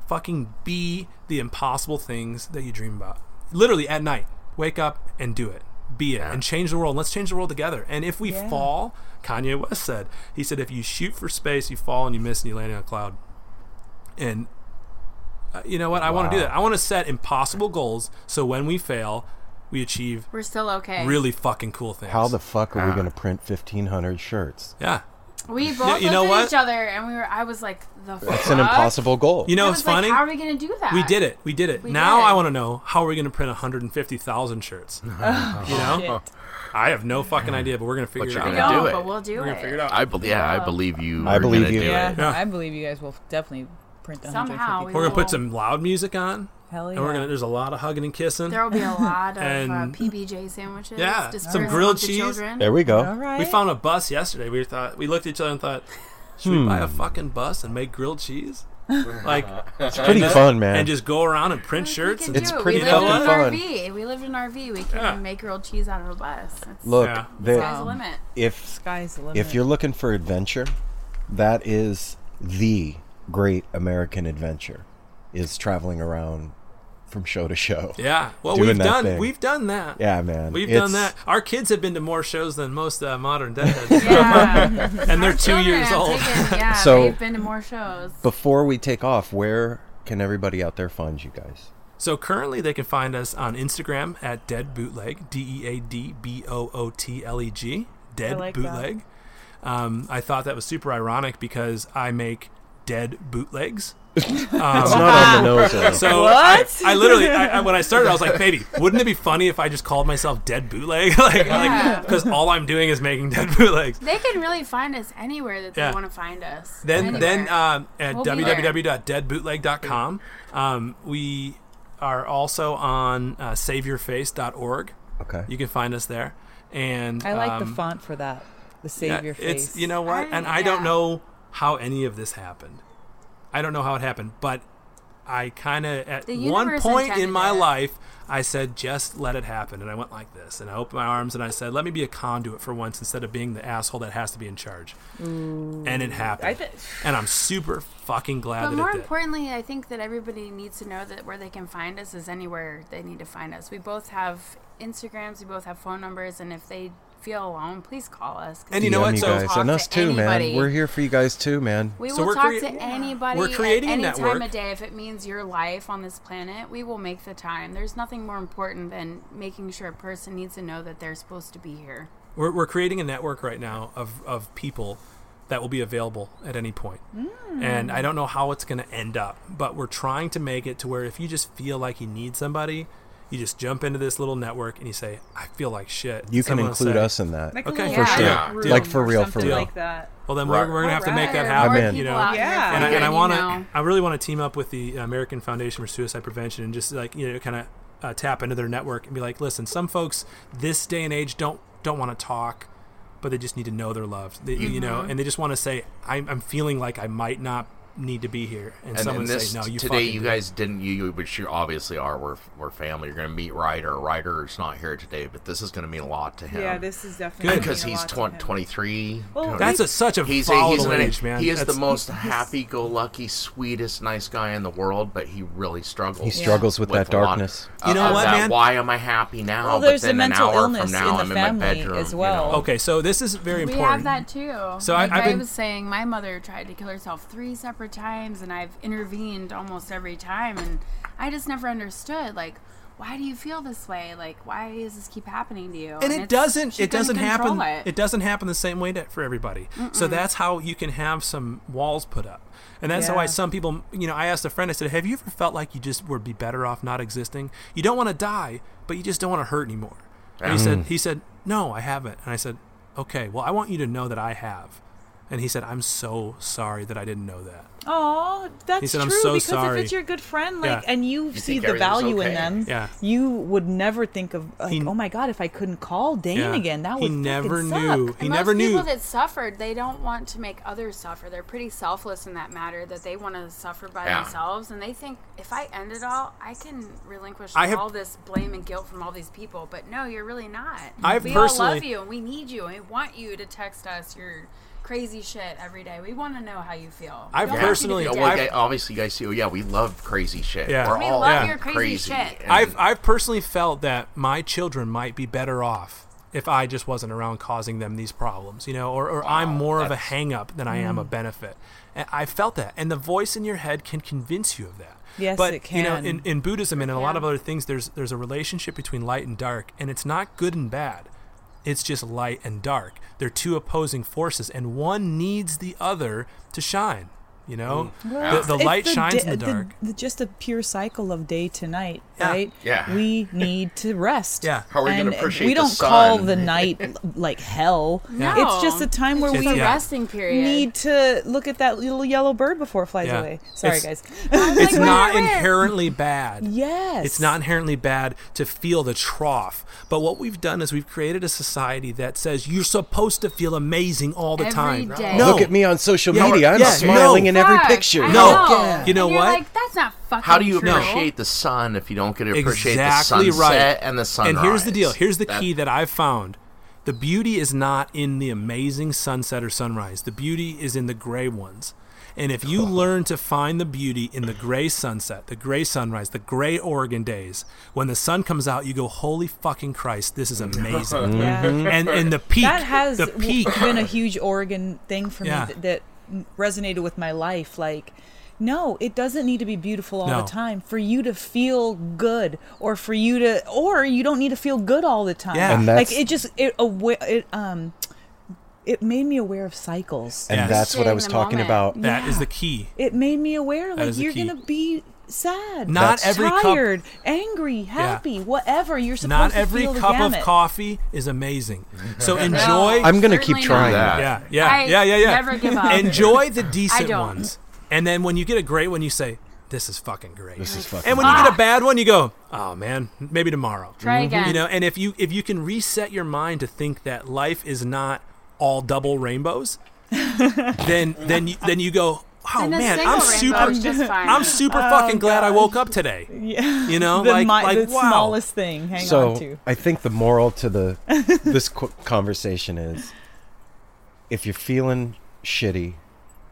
Fucking be the impossible things that you dream about. Literally at night, wake up and do it. Be it and change the world. Let's change the world together. And if we
Yeah.
fall, Kanye West said, he said, if you shoot for space, you fall and you miss and you land on a cloud. And uh, you know what? I want to do
Wow.
that. I want to set impossible goals so when we fail, we achieve
We're still okay.
really fucking cool things.
How the fuck are we going to print fifteen hundred shirts?
Ah. Yeah,
We both
know- you
looked
know
at
what?
each other and we were. I was like, the
That's
fuck?
an impossible goal.
You know
I
what's
was like,
funny?
How are we gonna do that?
We did it. We did it.
We
now
did
I
it.
want to know how are we going to print 150,000 shirts? you
Oh,
know? I have no fucking idea, but we're going to figure
But
it
you're
out.
gonna do it.
do
We're gonna
it.
figure it out.
I bel yeah, I believe you.
I
are
believe
gonna
you.
Do
Yeah,
it.
I believe you guys will definitely print the
Somehow
150.
We're going to put some loud music on.
Hell
And we're
yeah.
gonna, there's a lot of hugging and kissing.
Oh, There will be a lot of
and
uh, PBJ sandwiches.
Yeah,
just
some
for
grilled
the
cheese.
children.
We found a bus yesterday. We thought we looked at each other and thought, should we
Hmm.
buy a fucking bus and make grilled cheese? Like
It's
and
pretty
just-
fun, man.
And just go around and print
We
shirts.
can
And,
do it.
pretty
we lived in
fucking
an
fun.
RV. We lived in an RV. We can make grilled cheese out of a bus. It's-
Look,
the
the-
sky's the limit.
if
Sky's the limit.
if you're looking for adventure, that is the great American adventure, is traveling around from show to show.
Yeah. Well,
doing
we've
that
done
thing.
we've done that.
Yeah, man,
We've
it's-
done that. Our kids have been to more shows than most uh, modern deadheads.
Yeah.
and they're
Our
two
children
years
have
old.
taken- yeah,
So-
they've been to more shows.
Before we take off, where can everybody out there find you guys?
So currently, they can find us on Instagram at Dead Bootleg, D E A D B O O T L E G, Dead
I like that.
Bootleg. Um, I thought that was super ironic because I make dead bootlegs. It's
not on the nose, though.
Um, So
What?
I, I literally, I, I, when I started, I was like, "Baby, wouldn't it be funny if I just called myself Dead Bootleg?" like,
Yeah.
because all I'm doing is making dead bootlegs.
They can really find us anywhere that they
Yeah.
want to find us.
Then,
Anywhere.
then um, at
We'll be
www.deadbootleg.com, um, we are also on uh, saveyourface.org.
Okay.
You can find us there. And
I like the
um,
font for that. The
yeah,
save your face.
It's you know what, and I don't know how any of this happened. I don't know how it happened, but I kind of at
The
one
universe
point in
intended
my
it.
life I said just let it happen, and I went like this, and I opened my arms and I said let me be a conduit for once instead of being the asshole that has to be in charge.
Ooh.
And it happened,
I thi-
and I'm super fucking glad
But
that
more
it did.
importantly, I think that everybody needs to know that where they can find us is anywhere they need to find us. We both have Instagrams. We both have phone numbers, and if they feel alone, please call us. 'cause
DM
we will
you guys
talk
and
to
us too, man.
anybody.
We're here for you guys too, man.
We
So
will
we're
talk
crea-
to anybody
We're creating
at
a
any time
network.
of day if it means your life on this planet. We will make the time. There's nothing more important than making sure a person needs to know that they're supposed to be here.
We're, we're creating a network right now of, of people that will be available at any point.
Mm.
And I don't know how it's going to end up, but we're trying to make it to where if you just feel like you need somebody, you just jump into this little network and you say, I feel like shit.
You can
Someone will
include
say-
us in that. for sure. Like for real, for real.
Well, then
Right.
we're, we're gonna have to make that
Alright.
happen.
I'm in.
You know,
More people out here
And I, and I
thinking,
want
you know.
to. I really want to team up with the American Foundation for Suicide Prevention and just like you know, kind of uh, tap into their network and be like, listen, some folks this day and age don't don't want to talk, but they just need to know they're loved. They, You know,
Mhm.
and they just want to say, I'm, I'm feeling like I might not need to be here, and,
And,
someone
and this,
say, no, you
today
fucking
you
do.
guys didn't you, which you obviously are. We're, we're family. You're gonna meet Ryder. Ryder's not here today, but this is gonna mean a lot to him.
Yeah, this is definitely Good.
because
gonna mean
he's
a lot to
twen- 23.
Well,
That's a- such a
he's, he's
volatile
an-
age, man.
He is
That's-
the most happy-go-lucky, sweetest, nice guy in the world, but he really struggles.
He struggles with that
a lot
darkness.
of- uh,
You know
of
what,
that,
man?
Why am I happy now?
Well,
but
there's the
then
mental
an hour
illness
from now,
in the
I'm in my
family
bedroom,
as
you
well.
know?
Okay, so this is very
we have
important.
that too.
So I-
like
I've
I
been-
was saying, my mother tried to kill herself three separate times, and I've intervened almost every time, and I just never understood. Like, why do you feel this way? Like, why does this keep happening to you?
and it
it's-
doesn't
she
it
couldn't
doesn't
control
happen
it.
it. doesn't happen the same way to, for everybody so
Mm-mm.
that's how you can have some walls put up and that's why
Yeah.
some people you know i asked a friend i said have you ever felt like you just would be better off not existing you don't want to die but you just don't want to hurt anymore and he
Yeah.
said
Mm.
he said no i haven't and i said okay well i want you to know that i have and he said i'm so sorry that i didn't know that
Oh, that's
said, "I'm
true.
so
because
sorry."
if it's your good friend, like,
Yeah.
and you,
You think
see the
everything's
value
okay.
in them,
Yeah.
you would never think of like, oh my god, if I couldn't call Dane
Yeah.
again, that
He
would fucking
never
suck."
knew. He
And
never
most
knew.
people that suffered, they don't want to make others suffer. They're pretty selfless in that matter. That they want to suffer by
Yeah.
themselves, and they think if I end it all, I can relinquish
I have-
all this blame and guilt from all these people. But no, you're really not.
I've
we all love
personally-
you, and we need you, and we want you to text us your crazy shit every day. We want to know how you feel. We
I've
don't want you to
personally,
be
yeah,
dead.
well, yeah, obviously, you guys see. Oh, yeah, we love crazy shit.
Yeah.
We're
We
all
love your crazy
crazy.
shit.
and-
I've I've personally felt that my children might be better off if I just wasn't around causing them these problems, you know, or, or I'm more of a hang up than I am a
Mm.
benefit. And I felt that. And the voice in your head can convince you of that.
Yes,
but,
it
You know,
can.
in, in Buddhism and in a lot of other things, there's there's a relationship between light and dark, and it's not good and bad. It's just light and dark. They're two opposing forces, and one needs the other to shine. You know,
Well,
the, the
it's
light
da-
shines in the dark.
the- just a pure cycle of day to night,
Yeah.
right?
Yeah.
We need to rest.
Yeah. How are we gonna
And
appreciate
We
the
don't call
sun?
the night l- like hell.
No.
It's just a time where
It's
we
a resting period.
Need to look at that little yellow bird before it flies
Yeah.
away. Sorry,
It's-
guys.
it's not inherently bad.
Yes.
It's not inherently bad to feel the trough. But what we've done is we've created a society that says you're supposed to feel amazing all the
Every
time.
day.
No.
Look at me on social
Yeah.
media. I'm
Yeah.
smiling
No.
in every
Fuck,
picture.
I
No.
know.
Yeah. You know
And you're
what?
Like, That's not fucking.
How do you
true.
appreciate the sun if you don't get to appreciate
exactly
the sunset
right.
and the sunrise?
And here's the deal. Here's the
That-
key that I've found. The beauty is not in the amazing sunset or sunrise. The beauty is in the gray ones. And if you learn to find the beauty in the gray sunset, the gray sunrise, the gray Oregon days, when the sun comes out, you go, "Holy fucking Christ, this is amazing!"
Yeah.
Mm-hmm.
And and the peak,
that has
the
w-
peak
been a huge Oregon thing for
Yeah.
me that, that resonated with my life. Like, no, it doesn't need to be beautiful all
No.
the time for you to feel good, or for you to, or you don't need to feel good all the time.
Yeah. And
like
that's-
it just it, awa- it um it made me aware of cycles.
And that's what I was talking about.
That is the key.
It made me aware
That
like
is the
you're
key.
gonna be sad,
Not every cup-
tired, angry, happy, whatever. You're supposed
Not
to
every
feel the
cup of
gamut.
coffee is amazing. So
Mm-hmm.
No,
enjoy.
I'm gonna keep certainly trying not. that.
Yeah, yeah,
I
yeah, yeah, yeah.
never give up.
Enjoy the
I
decent
don't.
ones, and then when you get a great one, you say, "This is fucking great."
This is fucking
And when you get a bad one, you go, "Oh man, maybe tomorrow."
Mhm.
Try again.
You know, and if you if you can reset your mind to think that life is not all double rainbows, then then you, then you go. Oh
Then a
man,
single
I'm
rainbow
super.
is just fine."
I'm super
Oh,
fucking glad I woke up today.
Yeah.
You know,
the,
like
mi-
like
the
wow.
smallest thing. Hang
so
on to.
I think the moral to the this qu- conversation is: if you're feeling shitty,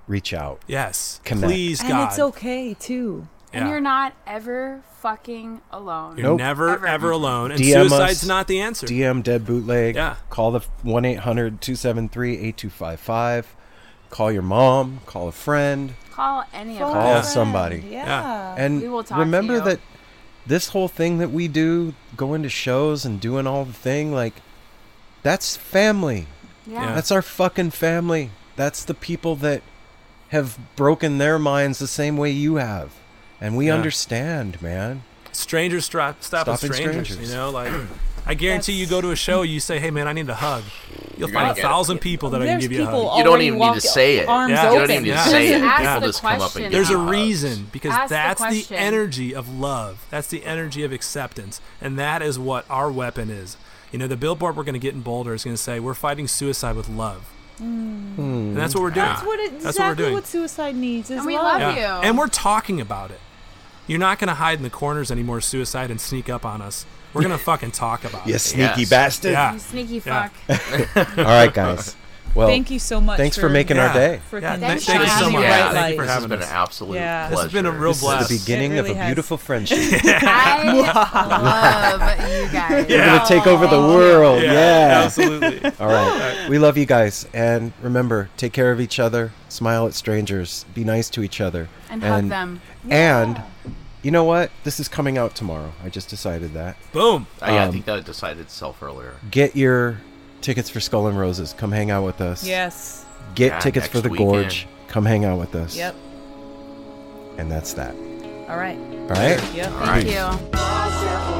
reach out.
Yes.
connect.
Please,
and
God.
it's okay too.
And you're not ever fucking alone.
You're never, ever alone, and
DM us,
suicide's not the answer.
DM Dead Bootleg.
Yeah.
Call the 1 800 273 8255. Call your mom. Call a friend.
Call any of us.
Call somebody.
Yeah.
And
we will talk
remember
to you.
that this whole thing that we do, going to shows and doing all the thing, like, that's family.
Yeah. Yeah.
That's our fucking family. That's the people that have broken their minds the same way you have. And we
Yeah.
understand, man.
strangers stop stopping
Stopping
strangers,
strangers.
You know, like I guarantee you go to a show, you say, "Hey man, I need a hug." You'll
gonna
find a
get it.
thousand people that I can
There's
give you a
people
hug.
You don't even need to already say it. walking, You don't arms even need to open. say it. Just ask People the just come up and question. give
There's a
you hugs.
reason because
Ask the
that's the,
question.
energy of love. That's the energy of acceptance, and that is what our weapon is. You know, the billboard we're going to get in Boulder is going to say, "We're fighting suicide with love," and that's what we're doing.
That's what it-
That's what we're
exactly
doing.
what suicide needs. Is
And we
love.
love
Yeah.
you.
And we're talking about it. You're not going to hide in the corners anymore, suicide, and sneak up on us. We're going to fucking talk about
You
it.
sneaky Yes. bastard.
Yeah.
You sneaky
Yeah.
All right, guys. Well,
Thank you so much
Thanks for,
for-
making our
Yeah.
day.
Freaking
Yeah,
Thank
thank,
you
thank you
for
so
having
much.
me. Right,
Thank
like-
you for
This has
having
been
us.
an absolute
This
Yeah.
This has been a real
is
blast.
the beginning
It
of
really
a
has.
beautiful friendship.
I love you guys.
We're gonna take over the world. Yeah,
Yeah, absolutely.
All right, we love you guys, and remember, take care of each other, smile at strangers, be nice to each other,
And hug them.
And you know what? This is coming out tomorrow. I just decided that.
Boom.
I, Uh, yeah, I
Um,
think that decided itself earlier.
Get your tickets for Skull and Roses. Come hang out with us.
Yes.
Get
Yeah,
tickets for
next
the
weekend.
Gorge. Come hang out with us.
Yep.
And that's that.
All right.
All right.
Yep.
Thank you.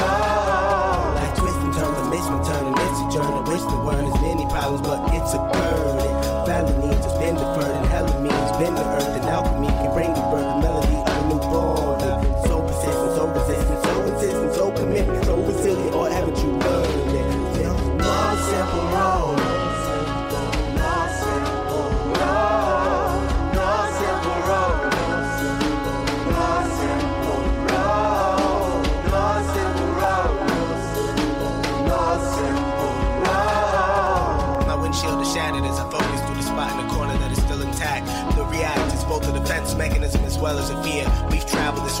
I twist and turn, the mission turn, and it's a journey. Wish the word is many problems, but it's a burden. Felony just been deferred, and hell of means been the earth, and alchemy can bring the birth, the melody of a new border. So persistent, so resistant, so insistent, so commitment, so resilient, or haven't you learned it? Feel no simple wrong. No simple wrong. No simple wrong. No simple wrong. No simple wrong. My windshield is shattered as I focus through the spot in the corner that is still intact. The react is both a defense mechanism as well as a fear. We've traveled this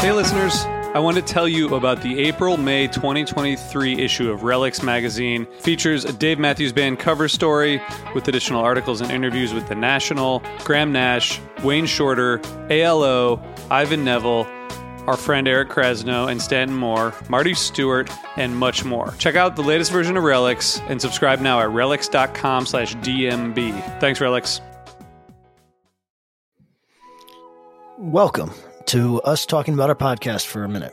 Hey, listeners, I want to tell you about the April May 2023 issue of Relics magazine. Features a Dave Matthews Band cover story with additional articles and interviews with The National, Graham Nash, Wayne Shorter, ALO, Ivan Neville, our friend Eric Krasno and Stanton Moore, Marty Stewart, and much more. Check out the latest version of Relics and subscribe now at relics.com slash DMB. Thanks, Relics.
Welcome to us talking about our podcast for a minute.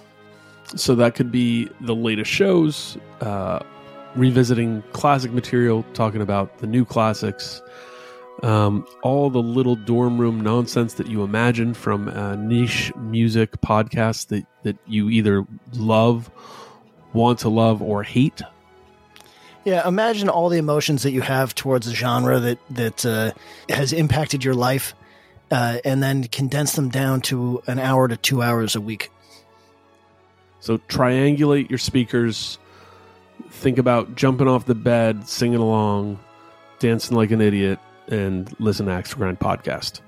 so that could be the latest shows, uh, revisiting classic material, talking about the new classics, um, all the little dorm room nonsense that you imagine from uh, niche music podcasts that, that you either love, want to love, or hate.
Yeah, imagine all the emotions that you have towards a genre that that uh, has impacted your life, uh, and then condense them down to an hour to two hours a week.
So triangulate your speakers. Think about jumping off the bed, singing along, dancing like an idiot, and listen to Axe to Grind podcast.